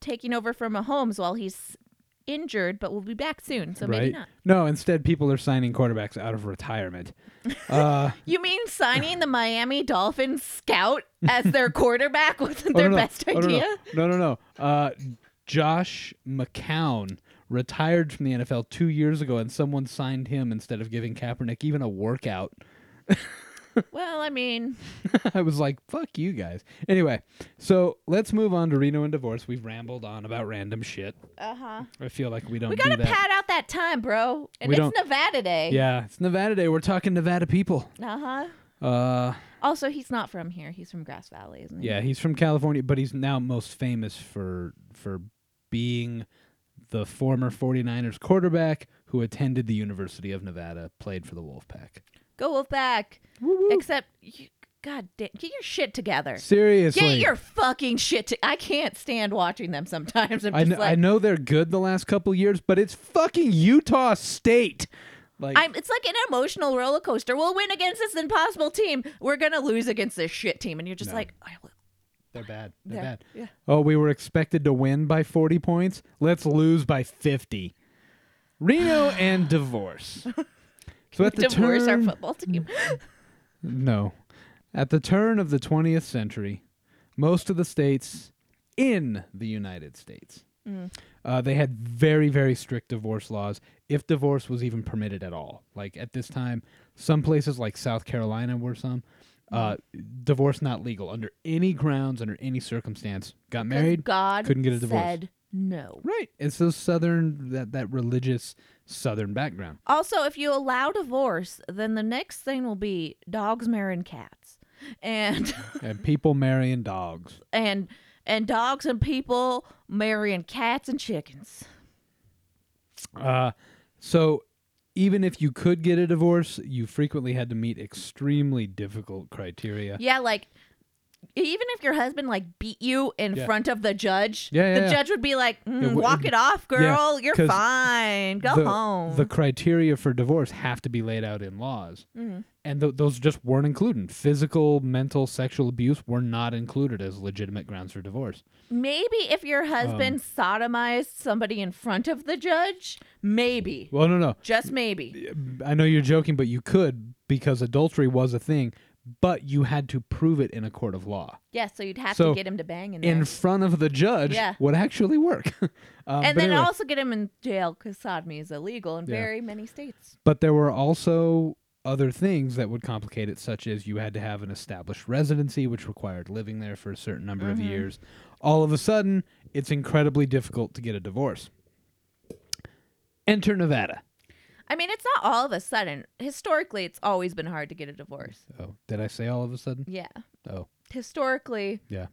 Speaker 2: taking over from Mahomes while he's injured, but we'll be back soon, so maybe
Speaker 1: right?
Speaker 2: not.
Speaker 1: No, instead, people are signing quarterbacks out of retirement. Uh,
Speaker 2: You mean signing the Miami Dolphins scout as their quarterback wasn't
Speaker 1: oh,
Speaker 2: their
Speaker 1: no, no.
Speaker 2: best
Speaker 1: Oh, no,
Speaker 2: idea?
Speaker 1: No, no, no. no. Uh, Josh McCown retired from the NFL two years ago, and someone signed him instead of giving Kaepernick even a workout.
Speaker 2: Well, I mean,
Speaker 1: I was like, fuck you guys. Anyway, so let's move on to Reno and divorce. We've rambled on about random shit.
Speaker 2: uh huh.
Speaker 1: I feel like we don't
Speaker 2: We
Speaker 1: do
Speaker 2: gotta
Speaker 1: that.
Speaker 2: pad out that time, bro. And
Speaker 1: We
Speaker 2: it's
Speaker 1: don't-
Speaker 2: Nevada Day.
Speaker 1: yeah, it's Nevada Day. We're talking Nevada people.
Speaker 2: Uh huh.
Speaker 1: Uh,
Speaker 2: Also, he's not from here. He's from Grass Valley, isn't he?
Speaker 1: yeah, he's from California, but he's now most famous for for being the former 49ers quarterback who attended the University of Nevada, played for the Wolfpack.
Speaker 2: Go Wolfpack.
Speaker 1: Woo-woo.
Speaker 2: Except, you, god damn, get your shit together.
Speaker 1: Seriously.
Speaker 2: Get your fucking shit to. I can't stand watching them sometimes. I'm just
Speaker 1: I, kn-
Speaker 2: like,
Speaker 1: I know they're good the last couple years, but it's fucking Utah State. Like
Speaker 2: I'm, it's like an emotional roller coaster. We'll win against this impossible team. We're gonna lose against this shit team, and you're just
Speaker 1: No.
Speaker 2: like, I will.
Speaker 1: they're bad. They're
Speaker 2: There.
Speaker 1: bad.
Speaker 2: Yeah.
Speaker 1: Oh, we were expected to win by 40 points. Let's lose by 50. Reno and divorce. So at the
Speaker 2: Divorce
Speaker 1: turn,
Speaker 2: our football team.
Speaker 1: no, at the turn of the 20th century, most of the states in the United States, uh, they had very, very strict divorce laws. If divorce was even permitted at all, like at this time, some places like South Carolina were some. Uh, divorce not legal under any grounds, under any circumstance. Got married,
Speaker 2: God
Speaker 1: couldn't get a divorce.
Speaker 2: Said no.
Speaker 1: Right. It's those southern that that religious southern background.
Speaker 2: Also, if you allow divorce, then the next thing will be dogs marrying cats, and
Speaker 1: And people marrying dogs.
Speaker 2: and and dogs and people marrying cats and chickens.
Speaker 1: Uh so even if you could get a divorce, you frequently had to meet extremely difficult criteria.
Speaker 2: Yeah, like even if your husband like beat you in
Speaker 1: Yeah.
Speaker 2: front of the judge,
Speaker 1: Yeah, yeah,
Speaker 2: the
Speaker 1: yeah.
Speaker 2: judge would be like, "Mm,
Speaker 1: w-
Speaker 2: "Walk it off, girl. You're
Speaker 1: 'cause
Speaker 2: fine. Go
Speaker 1: the,
Speaker 2: home."
Speaker 1: The criteria for divorce have to be laid out in laws.
Speaker 2: Mhm.
Speaker 1: And th- those just weren't included. Physical, mental, sexual abuse were not included as legitimate grounds for divorce.
Speaker 2: maybe if your
Speaker 1: Um,
Speaker 2: husband sodomized somebody in front of the judge, maybe,
Speaker 1: Well, no, no.
Speaker 2: just maybe.
Speaker 1: I know you're joking, but you could because adultery was a thing. but you had to prove it in a court of law
Speaker 2: Yeah, so you'd have
Speaker 1: So,
Speaker 2: to get him to bang in there.
Speaker 1: in front of the judge
Speaker 2: Yeah.
Speaker 1: would actually work. um, but
Speaker 2: and then
Speaker 1: anyway.
Speaker 2: also get him in jail because sodomy is illegal in
Speaker 1: Yeah.
Speaker 2: very many states.
Speaker 1: But there were also other things that would complicate it, such as you had to have an established residency, which required living there for a certain number
Speaker 2: Mm-hmm.
Speaker 1: of years. All of a sudden, it's incredibly difficult to get a divorce. Enter Nevada.
Speaker 2: I mean, it's not all of a sudden. Historically, it's always been hard to get a divorce.
Speaker 1: Oh, did I say all of a sudden?
Speaker 2: Yeah.
Speaker 1: Oh,
Speaker 2: Historically,
Speaker 1: yeah.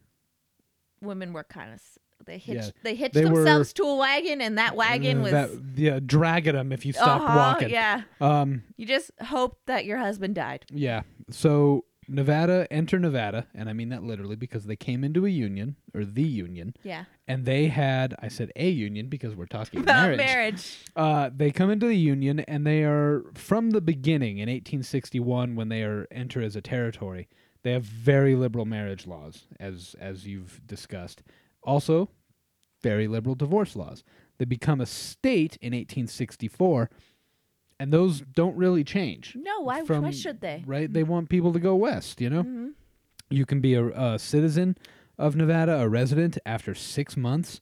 Speaker 2: women were kind of they hitched
Speaker 1: Yeah.
Speaker 2: they hitched
Speaker 1: They were- Uh,
Speaker 2: themselves to a wagon, and that wagon was
Speaker 1: that, yeah, dragging them if you stopped
Speaker 2: Uh-huh,
Speaker 1: walking.
Speaker 2: Yeah,
Speaker 1: Um,
Speaker 2: you just hoped that your husband died.
Speaker 1: Yeah. So Nevada, enter Nevada, and I mean that literally because they came into a union or the union,
Speaker 2: Yeah,
Speaker 1: and they had I said a union because we're talking
Speaker 2: about
Speaker 1: marriage.
Speaker 2: marriage.
Speaker 1: Uh, they come into the union, and they are from the beginning in 1861 when they are enter as a territory. They have very liberal marriage laws, as as you've discussed. Also, very liberal divorce laws. They become a state in 1864, and those don't really change
Speaker 2: No, why?
Speaker 1: from-
Speaker 2: why should they?
Speaker 1: Right? They want people to go west, you know?
Speaker 2: Mhm.
Speaker 1: You can be a, a citizen of Nevada, a resident, after six months.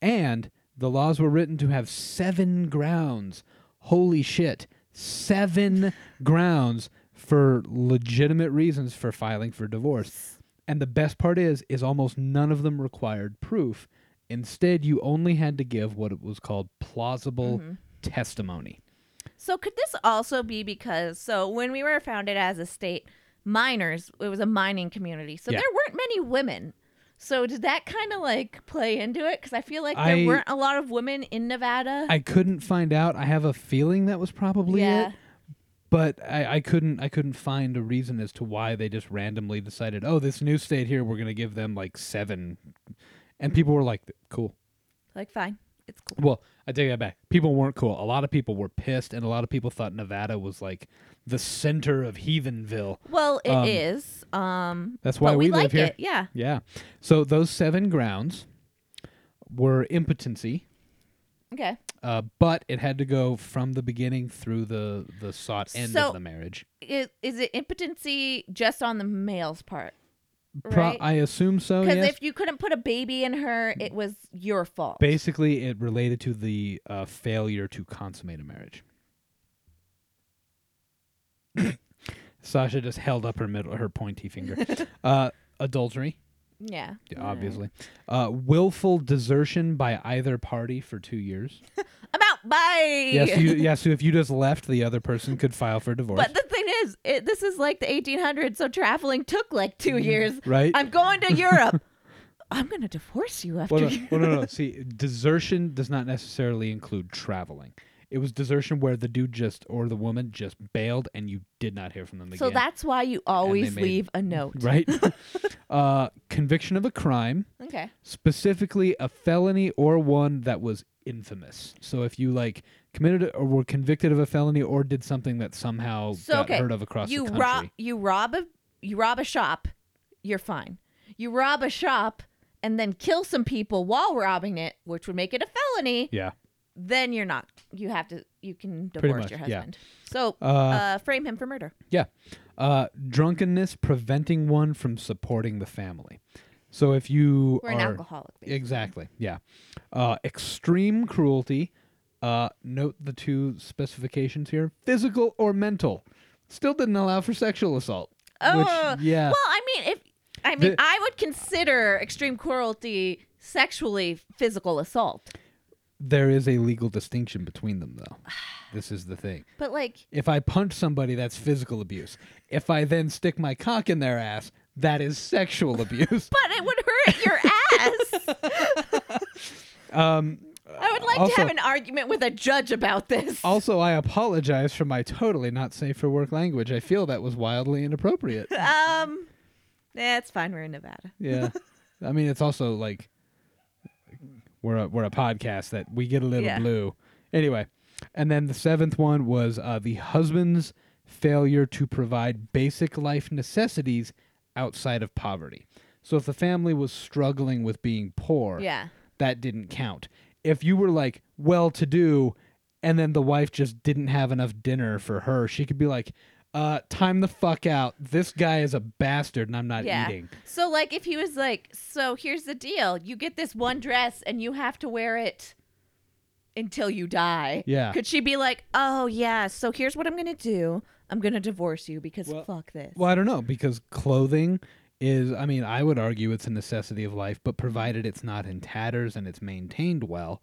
Speaker 1: And the laws were written to have seven grounds. Holy shit. Seven grounds for legitimate reasons for filing for divorce. And the best part is, is almost none of them required proof. Instead, you only had to give what it was called plausible testimony.
Speaker 2: So could this also be because so when we were founded as a state, miners it was a mining community, so
Speaker 1: Yeah.
Speaker 2: there weren't many women. So did that kind of like play into it? Because I feel like there
Speaker 1: I-
Speaker 2: weren't a lot of women in Nevada.
Speaker 1: I couldn't find out. I have a feeling that was probably
Speaker 2: Yeah.
Speaker 1: it, but I, I couldn't. I couldn't find a reason as to why they just randomly decided. Oh, this new state here, we're gonna give them like seven, and people were like, "Cool."
Speaker 2: like fine, it's cool.
Speaker 1: Well, I take that back. People weren't cool. A lot of people were pissed, and a lot of people thought Nevada was like the center of heathenville.
Speaker 2: Well, it
Speaker 1: Um,
Speaker 2: is. Um,
Speaker 1: That's why
Speaker 2: but we,
Speaker 1: we live
Speaker 2: like
Speaker 1: here.
Speaker 2: it. Yeah.
Speaker 1: Yeah. So those seven grounds were impotency,
Speaker 2: Okay.
Speaker 1: uh, but it had to go from the beginning through the the sought end
Speaker 2: So-
Speaker 1: of the marriage.
Speaker 2: Is, is it impotency just on the male's part?
Speaker 1: Pro-
Speaker 2: Right?
Speaker 1: I assume so.
Speaker 2: Because
Speaker 1: Yes.
Speaker 2: if you couldn't put a baby in her, it was your fault.
Speaker 1: Basically, it related to the uh, failure to consummate a marriage. Sasha just held up her middle, her pointy finger. uh, adultery,
Speaker 2: yeah.
Speaker 1: yeah,
Speaker 2: All right.
Speaker 1: obviously. Uh, willful desertion by either party for two years.
Speaker 2: I'm out. Bye.
Speaker 1: Yes, you, yes. So if you just left, the other person could file for divorce.
Speaker 2: But the thing is, it, this is like the 1800s, so traveling took like two
Speaker 1: Mm-hmm.
Speaker 2: years.
Speaker 1: right?
Speaker 2: I'm going to Europe. I'm going to divorce you after
Speaker 1: Well, no,
Speaker 2: you.
Speaker 1: well, no, no. See, desertion does not necessarily include traveling. It was desertion where the dude just or the woman just bailed and you did not hear from them again.
Speaker 2: So that's why you always
Speaker 1: made-
Speaker 2: leave a note.
Speaker 1: right. uh, conviction of a crime,
Speaker 2: Okay.
Speaker 1: specifically a felony or one that was infamous. So if you like committed or were convicted of a felony or did something that somehow
Speaker 2: So,
Speaker 1: got
Speaker 2: okay,
Speaker 1: heard of across
Speaker 2: you
Speaker 1: the country,
Speaker 2: rob you rob a you rob a shop, you're fine. You rob a shop and then kill some people while robbing it, which would make it a felony,
Speaker 1: yeah,
Speaker 2: then you're not you have to you can
Speaker 1: Pretty
Speaker 2: divorce
Speaker 1: much,
Speaker 2: your
Speaker 1: yeah.
Speaker 2: husband. So
Speaker 1: Uh,
Speaker 2: uh, frame him for murder.
Speaker 1: Yeah. Uh, drunkenness preventing one from supporting the family. So if you
Speaker 2: We're
Speaker 1: are
Speaker 2: an alcoholic. basically.
Speaker 1: Exactly. Yeah. Uh, extreme cruelty. Uh, note the two specifications here: physical or mental. Still didn't allow for sexual assault.
Speaker 2: Oh,
Speaker 1: which, yeah.
Speaker 2: Well, I mean if I mean
Speaker 1: The-
Speaker 2: I would consider extreme cruelty sexually physical assault.
Speaker 1: there is a legal distinction between them, though. this is the thing.
Speaker 2: But like
Speaker 1: If I punch somebody, that's physical abuse. If I then stick my cock in their ass, that is sexual abuse.
Speaker 2: but it would hurt your ass.
Speaker 1: um,
Speaker 2: I would like
Speaker 1: Also-
Speaker 2: to have an argument with a judge about this.
Speaker 1: also, I apologize for my totally not safe for work language. I feel that was wildly inappropriate.
Speaker 2: Um, nah, it's fine. We're in Nevada.
Speaker 1: Yeah. I mean, it's also like we're a, we're a podcast that we get a little
Speaker 2: Yeah.
Speaker 1: blue. Anyway, and then the seventh one was uh, the husband's failure to provide basic life necessities outside of poverty. So if the family was struggling with being poor,
Speaker 2: Yeah.
Speaker 1: that didn't count. If you were like well to do and then the wife just didn't have enough dinner for her, she could be like, uh, time the fuck out. This guy is a bastard and I'm not
Speaker 2: yeah.
Speaker 1: eating.
Speaker 2: So like if he was like, so here's the deal. You get this one dress and you have to wear it until you die.
Speaker 1: Yeah.
Speaker 2: Could she be like, "Oh yeah, so here's what I'm going to do. I'm going to divorce you because
Speaker 1: Well-
Speaker 2: fuck this."
Speaker 1: Well, I don't know because clothing is, I mean, I would argue it's a necessity of life, but provided it's not in tatters and it's maintained well,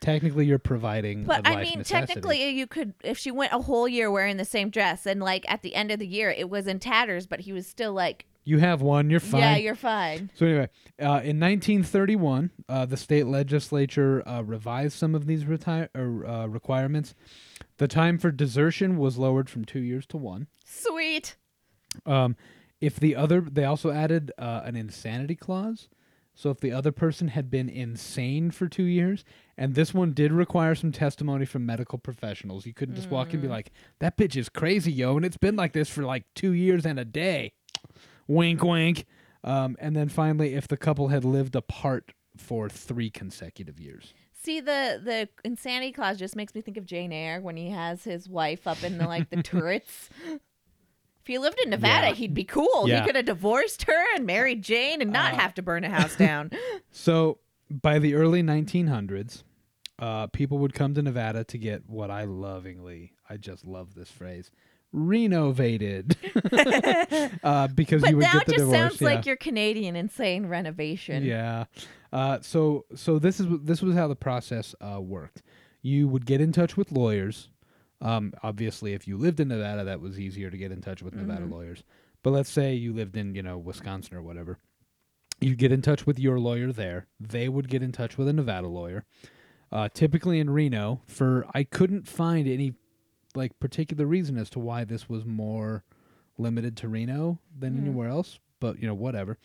Speaker 1: technically you're providing.
Speaker 2: but
Speaker 1: a
Speaker 2: I
Speaker 1: life
Speaker 2: mean,
Speaker 1: necessity.
Speaker 2: technically, eh, you could if she went a whole year wearing the same dress, and like at the end of the year, it was in tatters, but he was still like,
Speaker 1: you have one. You're fine.
Speaker 2: "Yeah, you're fine."
Speaker 1: So anyway, uh, in 1931, uh, the state legislature uh, revised some of these retire- or, uh, requirements. The time for desertion was lowered from two years to one.
Speaker 2: Sweet.
Speaker 1: Um, if the other, they also added uh, an insanity clause. So if the other person had been insane for two years, and this one did require some testimony from medical professionals, you couldn't just walk in and be like, "That bitch is crazy, yo," and it's been like this for like two years and a day. Wink, wink. Um, and then finally, if the couple had lived apart for three consecutive years,
Speaker 2: See the the insanity clause just makes me think of Jane Eyre when he has his wife up in the like the turrets. If he lived in Nevada,
Speaker 1: Yeah.
Speaker 2: he'd be cool.
Speaker 1: Yeah.
Speaker 2: He could have divorced her and married Jane and not
Speaker 1: Uh,
Speaker 2: have to burn a house down.
Speaker 1: So by the early 1900s, uh, people would come to Nevada to get what I lovingly, I just love this phrase, renovated. uh, because
Speaker 2: but
Speaker 1: you would
Speaker 2: now
Speaker 1: get
Speaker 2: it
Speaker 1: the
Speaker 2: just
Speaker 1: divorce.
Speaker 2: sounds
Speaker 1: yeah.
Speaker 2: like your Canadian insane renovation.
Speaker 1: Yeah. Uh, so so this is this was how the process uh, worked. You would get in touch with lawyers. Um, obviously, if you lived in Nevada, that was easier to get in touch with Nevada lawyers. But let's say you lived in you know Wisconsin or whatever. You get in touch with your lawyer there. They would get in touch with a Nevada lawyer. Uh, typically in Reno, for I couldn't find any like particular reason as to why this was more limited to Reno than anywhere else. But you know whatever.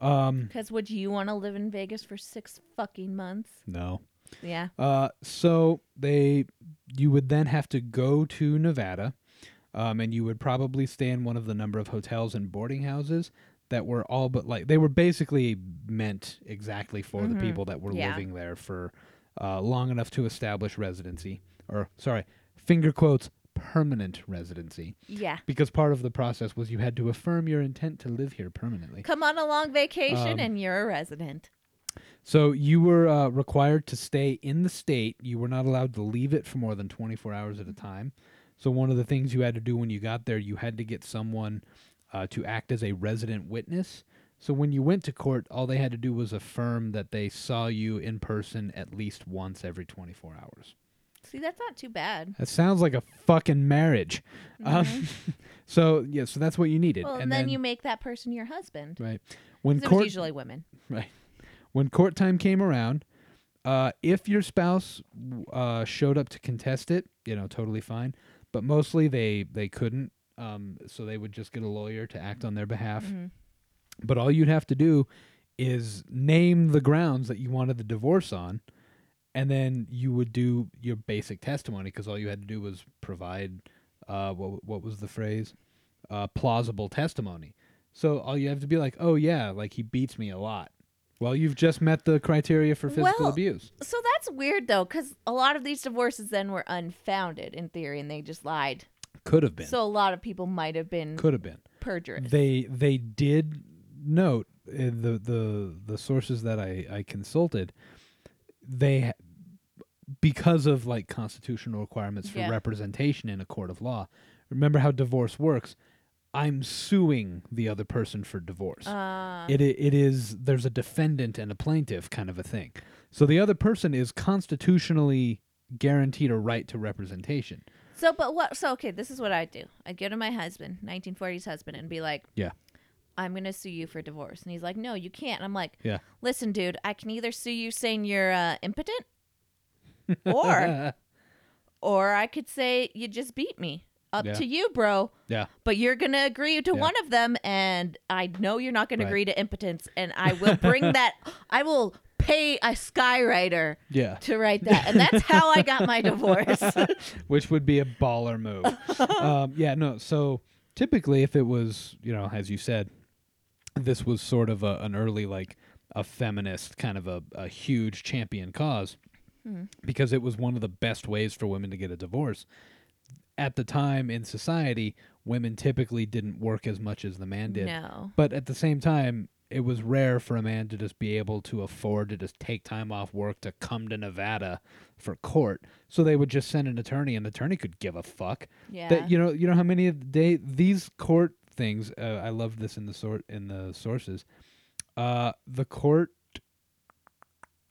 Speaker 1: Um,
Speaker 2: Because would you want to live in Vegas for six fucking months?
Speaker 1: no.
Speaker 2: Yeah.
Speaker 1: Uh, so they, you would then have to go to Nevada, um, and you would probably stay in one of the number of hotels and boarding houses that were all but like they were basically meant exactly for the people that were
Speaker 2: Yeah.
Speaker 1: living there for uh, long enough to establish residency, or sorry, finger quotes permanent residency,
Speaker 2: Yeah.
Speaker 1: because part of the process was you had to affirm your intent to live here permanently.
Speaker 2: Come on a long vacation
Speaker 1: Um,
Speaker 2: and you're a resident.
Speaker 1: So you were uh, required to stay in the state. You were not allowed to leave it for more than 24 hours at a time. So one of the things you had to do when you got there, you had to get someone uh, to act as a resident witness. So when you went to court, all they had to do was affirm that they saw you in person at least once every 24 hours.
Speaker 2: See, that's not too bad.
Speaker 1: That sounds like a fucking marriage. Um, so yeah, so that's what you needed.
Speaker 2: Mm-hmm. Well, and, then, you make that person your husband.
Speaker 1: right when
Speaker 2: 'Cause it was
Speaker 1: court
Speaker 2: usually women.
Speaker 1: Right. When court time came around, uh, if your spouse w- uh, showed up to contest it, you know, totally fine. But mostly they they couldn't, um, so they would just get a lawyer to act on their behalf. But all you'd have to do is name the grounds that you wanted the divorce on, and then you would do your basic testimony because all you had to do was provide uh, what what was the phrase uh, plausible testimony. So all you have to be like, oh yeah, like he beats me a lot. Well, you've just met the criteria for physical
Speaker 2: Well,
Speaker 1: abuse.
Speaker 2: So that's weird though, because a lot of these divorces then were unfounded in theory, and they just lied.
Speaker 1: Could have been.
Speaker 2: So a lot of people might have been
Speaker 1: Could have been.
Speaker 2: perjurers.
Speaker 1: They they did note uh, the the the sources that I I consulted. They ha- because of like constitutional requirements for
Speaker 2: Yeah.
Speaker 1: representation in a court of law. Remember how divorce works. I'm suing the other person for divorce.
Speaker 2: uh,
Speaker 1: It i- it is there's a defendant and a plaintiff kind of a thing. So the other person is constitutionally guaranteed a right to representation.
Speaker 2: so, but what? So okay, this is what I do. I'd go to my husband, 1940s husband, and be like,
Speaker 1: Yeah.
Speaker 2: "I'm gonna sue you for divorce," and he's like, "No, you can't." And I'm like,
Speaker 1: Yeah.
Speaker 2: "Listen, dude, I can either sue you saying you're uh, impotent, or or I could say you just beat me. Up
Speaker 1: Yeah.
Speaker 2: to you, bro."
Speaker 1: yeah.
Speaker 2: But you're going to agree to
Speaker 1: Yeah.
Speaker 2: one of them, and I know you're not going
Speaker 1: Right.
Speaker 2: to agree to impotence, and I will bring that. I will pay a skywriter
Speaker 1: Yeah.
Speaker 2: to write that, and that's how I got my divorce.
Speaker 1: Which would be a baller move. um, yeah, no. So typically if it was, you know, as you said, this was sort of a, an early like a feminist kind of a, a huge champion cause because it was one of the best ways for women to get a divorce at the time in society women typically didn't work as much as the man did.
Speaker 2: No.
Speaker 1: But at the same time, it was rare for a man to just be able to afford to just take time off work to come to Nevada for court. So they would just send an attorney, and the attorney could give a fuck.
Speaker 2: Yeah.
Speaker 1: That you know, you know how many of the day these court things. Uh, I love this in the sort in the sources. Uh, the court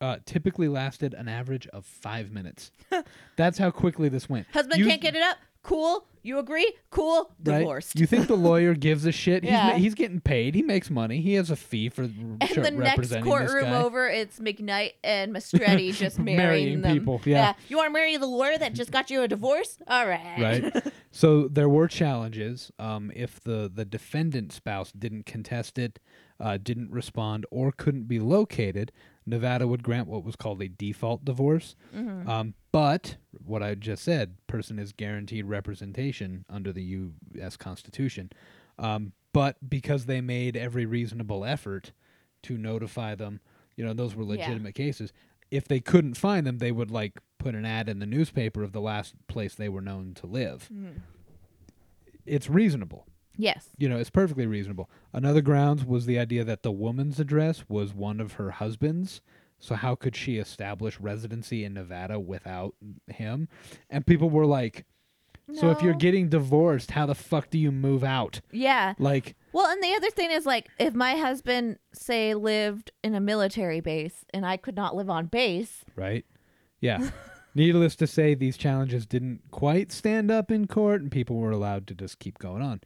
Speaker 1: uh, typically lasted an average of five minutes. That's how quickly this went.
Speaker 2: Husband
Speaker 1: You-
Speaker 2: can't get it up. Cool. You agree? Cool.
Speaker 1: right?
Speaker 2: Divorced.
Speaker 1: You think the lawyer gives a shit? He's,
Speaker 2: Yeah.
Speaker 1: ma- he's getting paid. He makes money. He has a fee for and
Speaker 2: and the next
Speaker 1: representing this
Speaker 2: courtroom
Speaker 1: guy.
Speaker 2: over, it's McKnight and Mastretti just
Speaker 1: Marrying
Speaker 2: marrying, them.
Speaker 1: people, yeah.
Speaker 2: You want to marry the lawyer that just got you a divorce? All right.
Speaker 1: right? So there were challenges um, if the the defendant spouse didn't contest it, uh, didn't respond, or couldn't be located. Nevada would grant what was called a default divorce,
Speaker 2: Mm-hmm.
Speaker 1: um, but what I just said, person is guaranteed representation under the U.S. Constitution. Um, but because they made every reasonable effort to notify them, you know, those were
Speaker 2: Yeah.
Speaker 1: legitimate cases. If they couldn't find them, they would like put an ad in the newspaper of the last place they were known to live.
Speaker 2: Mm-hmm.
Speaker 1: It's reasonable.
Speaker 2: Yes.
Speaker 1: You know, it's perfectly reasonable. Another grounds was the idea that the woman's address was one of her husband's. So how could she establish residency in Nevada without him? And people were like, so if you're
Speaker 2: No.
Speaker 1: getting divorced, how the fuck do you move out?
Speaker 2: Yeah.
Speaker 1: Like,
Speaker 2: Well, and the other thing is like if my husband say lived in a military base and I could not live on base,
Speaker 1: right? Yeah. Needless to say, these challenges didn't quite stand up in court, and people were allowed to just keep going on.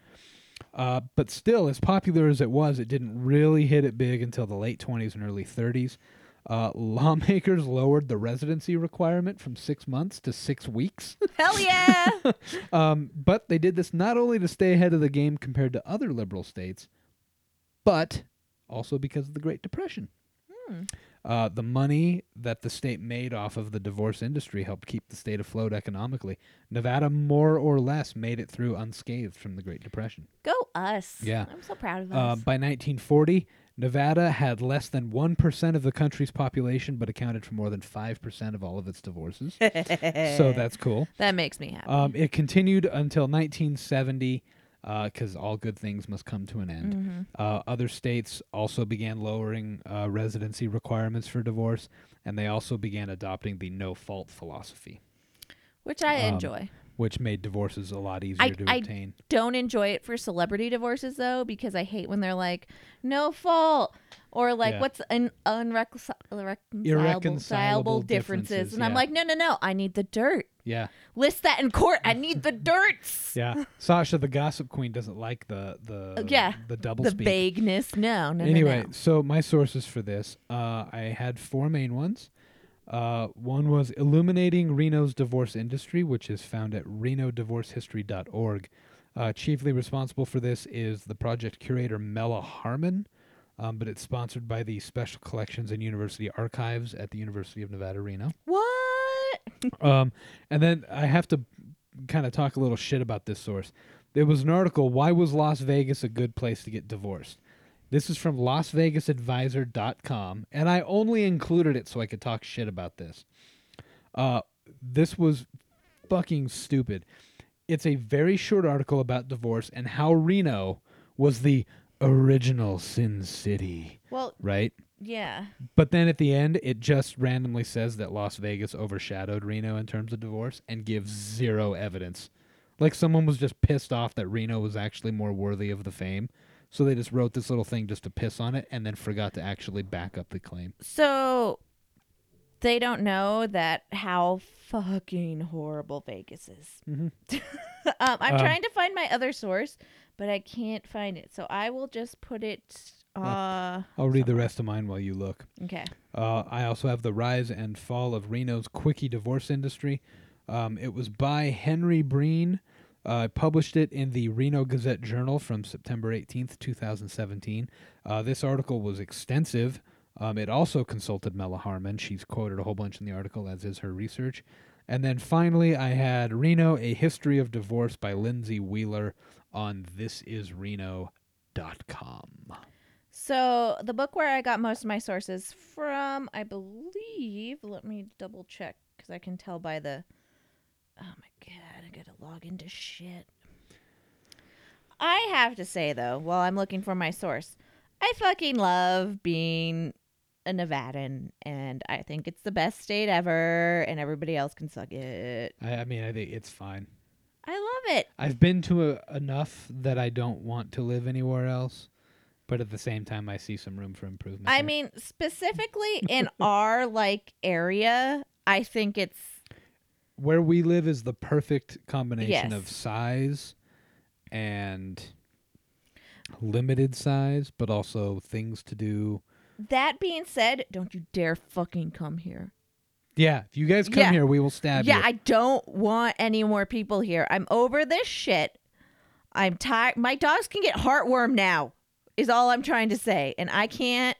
Speaker 1: Uh, but still, as popular as it was, it didn't really hit it big until the late 20s and early 30s. Uh, lawmakers lowered the residency requirement from six months to six weeks.
Speaker 2: hell yeah.
Speaker 1: um, but they did this not only to stay ahead of the game compared to other liberal states, but also because of the Great Depression. Uh, the money that the state made off of the divorce industry helped keep the state afloat economically. Nevada, more or less, made it through unscathed from the Great Depression.
Speaker 2: Go us.
Speaker 1: Yeah.
Speaker 2: I'm so proud of
Speaker 1: Uh,
Speaker 2: us.
Speaker 1: by 1940, Nevada had less than 1% of the country's population, but accounted for more than 5% of all of its divorces. so that's cool.
Speaker 2: that makes me happy.
Speaker 1: Um, it continued until 1970, because all good things must come to an end.
Speaker 2: Mm-hmm.
Speaker 1: Uh, other states also began lowering uh, residency requirements for divorce, and they also began adopting the no fault philosophy,
Speaker 2: which I
Speaker 1: um,
Speaker 2: enjoy.
Speaker 1: which made divorces a lot easier
Speaker 2: I-
Speaker 1: to
Speaker 2: I-
Speaker 1: obtain.
Speaker 2: Don't enjoy it for celebrity divorces though, because I hate when they're like, no fault. Or like
Speaker 1: Yeah.
Speaker 2: what's an unreconcilable
Speaker 1: Irreconcilable
Speaker 2: differences.
Speaker 1: differences,
Speaker 2: And I'm
Speaker 1: yeah.
Speaker 2: like, no, no, no, I need the dirt.
Speaker 1: Yeah,
Speaker 2: List that in court. I need the dirts.
Speaker 1: yeah. Sasha, the gossip queen, doesn't like the the
Speaker 2: yeah,
Speaker 1: the double
Speaker 2: the
Speaker 1: speak.
Speaker 2: vagueness. No, no,
Speaker 1: anyway,
Speaker 2: no, no.
Speaker 1: so my sources for this, uh, I had four main ones. Uh, one was Illuminating Reno's Divorce Industry, which is found at renodivorcehistory.org. Uh, chiefly responsible for this is the project curator Mela Harmon, um, but it's sponsored by the Special Collections and University Archives at the University of Nevada, Reno.
Speaker 2: What?
Speaker 1: Um, and then I have to kind of talk a little shit about this source. There was an article, Why Was Las Vegas a Good Place to Get Divorced? This is from LasVegasAdvisor.com, and I only included it so I could talk shit about this. Uh, this was fucking stupid. It's a very short article about divorce and how Reno was the original Sin City,
Speaker 2: Well,
Speaker 1: right?
Speaker 2: yeah.
Speaker 1: But then at the end, it just randomly says that Las Vegas overshadowed Reno in terms of divorce and gives zero evidence. Like someone was just pissed off that Reno was actually more worthy of the fame. So they just wrote this little thing just to piss on it and then forgot to actually back up the claim.
Speaker 2: So they don't know that how fucking horrible Vegas is. um, I'm
Speaker 1: Um,
Speaker 2: trying to find my other source, but I can't find it. So I will just put it. Uh,
Speaker 1: I'll read the rest of mine while you look.
Speaker 2: okay.
Speaker 1: Uh, I also have the rise and fall of Reno's quickie divorce industry. Um, it was by Henry Breen. Uh, I published it in the Reno Gazette Journal from September 18th, 2017. Uh, this article was extensive. Um, it also consulted Mela Harmon. She's quoted a whole bunch in the article, as is her research. And then finally, I had Reno, A History of Divorce by Lindsay Wheeler on thisisreno.com.
Speaker 2: So the book where I got most of my sources from, I believe. Let me double check because I can tell by the. Oh my god! I gotta log into shit. I have to say though, while I'm looking for my source, I fucking love being a Nevadan, and I think it's the best state ever, and everybody else can suck it.
Speaker 1: I, I mean, I think it's fine.
Speaker 2: I love it.
Speaker 1: I've been to a, enough that I don't want to live anywhere else, but at the same time, I see some room for improvement.
Speaker 2: I
Speaker 1: here.
Speaker 2: mean, specifically in our like area, I think it's
Speaker 1: where we live is the perfect combination
Speaker 2: Yes.
Speaker 1: of size and limited size, but also things to do.
Speaker 2: that being said, don't you dare fucking come here.
Speaker 1: Yeah, if you guys come
Speaker 2: Yeah.
Speaker 1: here, we will stab
Speaker 2: yeah,
Speaker 1: you.
Speaker 2: I don't want any more people here. I'm over this shit. I'm tired. My dogs can get heartworm now, is all I'm trying to say. And I can't.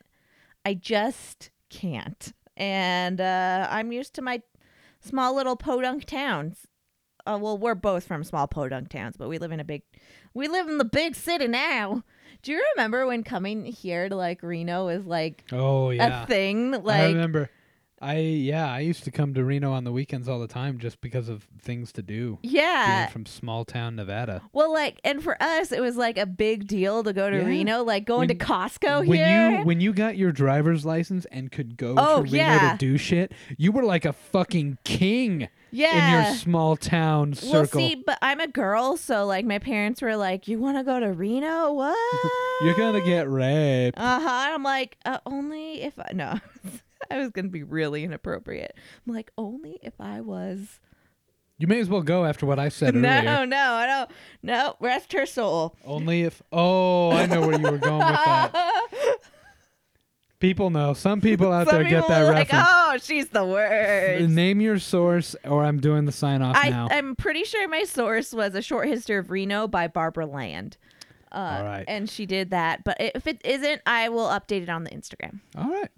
Speaker 2: I just can't. And uh, I'm used to my small little podunk towns. Uh, well, we're both from small podunk towns, but we live in a big. We live in the big city now. Do you remember when coming here to like Reno is like
Speaker 1: oh yeah,
Speaker 2: a thing?
Speaker 1: I
Speaker 2: Like
Speaker 1: remember. I yeah, I used to come to Reno on the weekends all the time just because of things to do.
Speaker 2: yeah,
Speaker 1: being from small town Nevada.
Speaker 2: Well, like, and for us, it was like a big deal to go to
Speaker 1: Yeah.
Speaker 2: Reno, like
Speaker 1: When-
Speaker 2: going to Costco
Speaker 1: when
Speaker 2: here.
Speaker 1: you when you got your driver's license and could go
Speaker 2: Oh,
Speaker 1: to Reno
Speaker 2: yeah.
Speaker 1: to do shit, you were like a fucking king
Speaker 2: yeah.
Speaker 1: in your small town circle.
Speaker 2: well, see, but I'm a girl, so like my parents were like, "You want to go to Reno? What?
Speaker 1: You're gonna get raped.
Speaker 2: Uh huh. I'm like, uh, only if I no, I was gonna be really inappropriate. I'm like, only if I was.
Speaker 1: You may as well go after what I said
Speaker 2: No,
Speaker 1: earlier.
Speaker 2: no, I don't. No, rest her soul.
Speaker 1: Only if oh, I know where you were going with that. People know. Some people out
Speaker 2: Some
Speaker 1: there
Speaker 2: people
Speaker 1: get that
Speaker 2: were like,
Speaker 1: reference.
Speaker 2: oh, she's the worst.
Speaker 1: Name your source, or I'm doing the sign off now.
Speaker 2: I, I'm pretty sure my source was A Short History of Reno by Barbara Land. Uh,
Speaker 1: All right.
Speaker 2: And she did that. But if it isn't, I will update it on the Instagram.
Speaker 1: All right.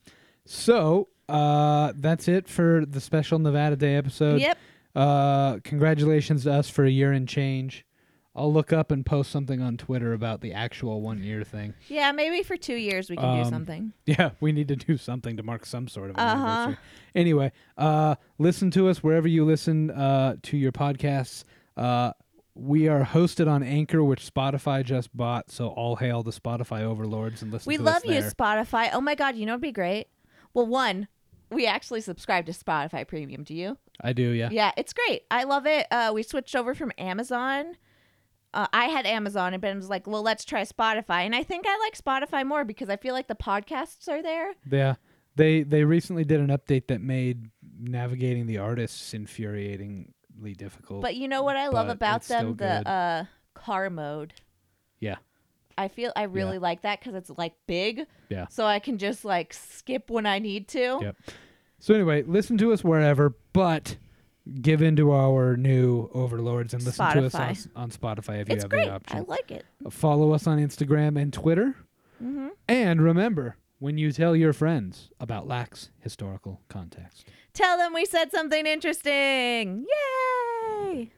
Speaker 1: So uh, that's it for the special Nevada Day episode.
Speaker 2: Yep.
Speaker 1: Uh, congratulations to us for a year and change. I'll look up and post something on Twitter about the actual one year thing.
Speaker 2: Yeah, maybe for two years we can do
Speaker 1: Um,
Speaker 2: something.
Speaker 1: Yeah, we need to do something to mark some sort of an
Speaker 2: Uh-huh.
Speaker 1: anniversary. Anyway, uh, listen to us wherever you listen uh, to your podcasts. Uh, we are hosted on Anchor, which Spotify just bought. So all hail the Spotify overlords and listen
Speaker 2: We
Speaker 1: to us
Speaker 2: love you,
Speaker 1: there.
Speaker 2: Spotify. Oh my God, you know what'd be great? Well, one, we actually subscribe to Spotify Premium. Do you?
Speaker 1: I do, yeah.
Speaker 2: Yeah, it's great. I love it. Uh, we switched over from Amazon. Uh, I had Amazon, and Ben was like, well, let's try Spotify. And I think I like Spotify more because I feel like the podcasts are there.
Speaker 1: Yeah. They they recently did an update that made navigating the artists infuriatingly difficult.
Speaker 2: But you know what I love
Speaker 1: but
Speaker 2: about
Speaker 1: it's still
Speaker 2: them?
Speaker 1: good.
Speaker 2: The uh, car mode.
Speaker 1: yeah.
Speaker 2: I feel I really like that because it's like big.
Speaker 1: Yeah.
Speaker 2: So I can just like skip when I need to.
Speaker 1: Yep. So anyway, listen to us wherever, but give in to our new overlords and listen to us on,
Speaker 2: Spotify.
Speaker 1: on Spotify if you
Speaker 2: It's
Speaker 1: have
Speaker 2: great.
Speaker 1: the
Speaker 2: I
Speaker 1: option.
Speaker 2: like it.
Speaker 1: Follow us on Instagram and Twitter.
Speaker 2: hmm
Speaker 1: And remember, when you tell your friends about lax historical context.
Speaker 2: Tell them we said something interesting. Yay!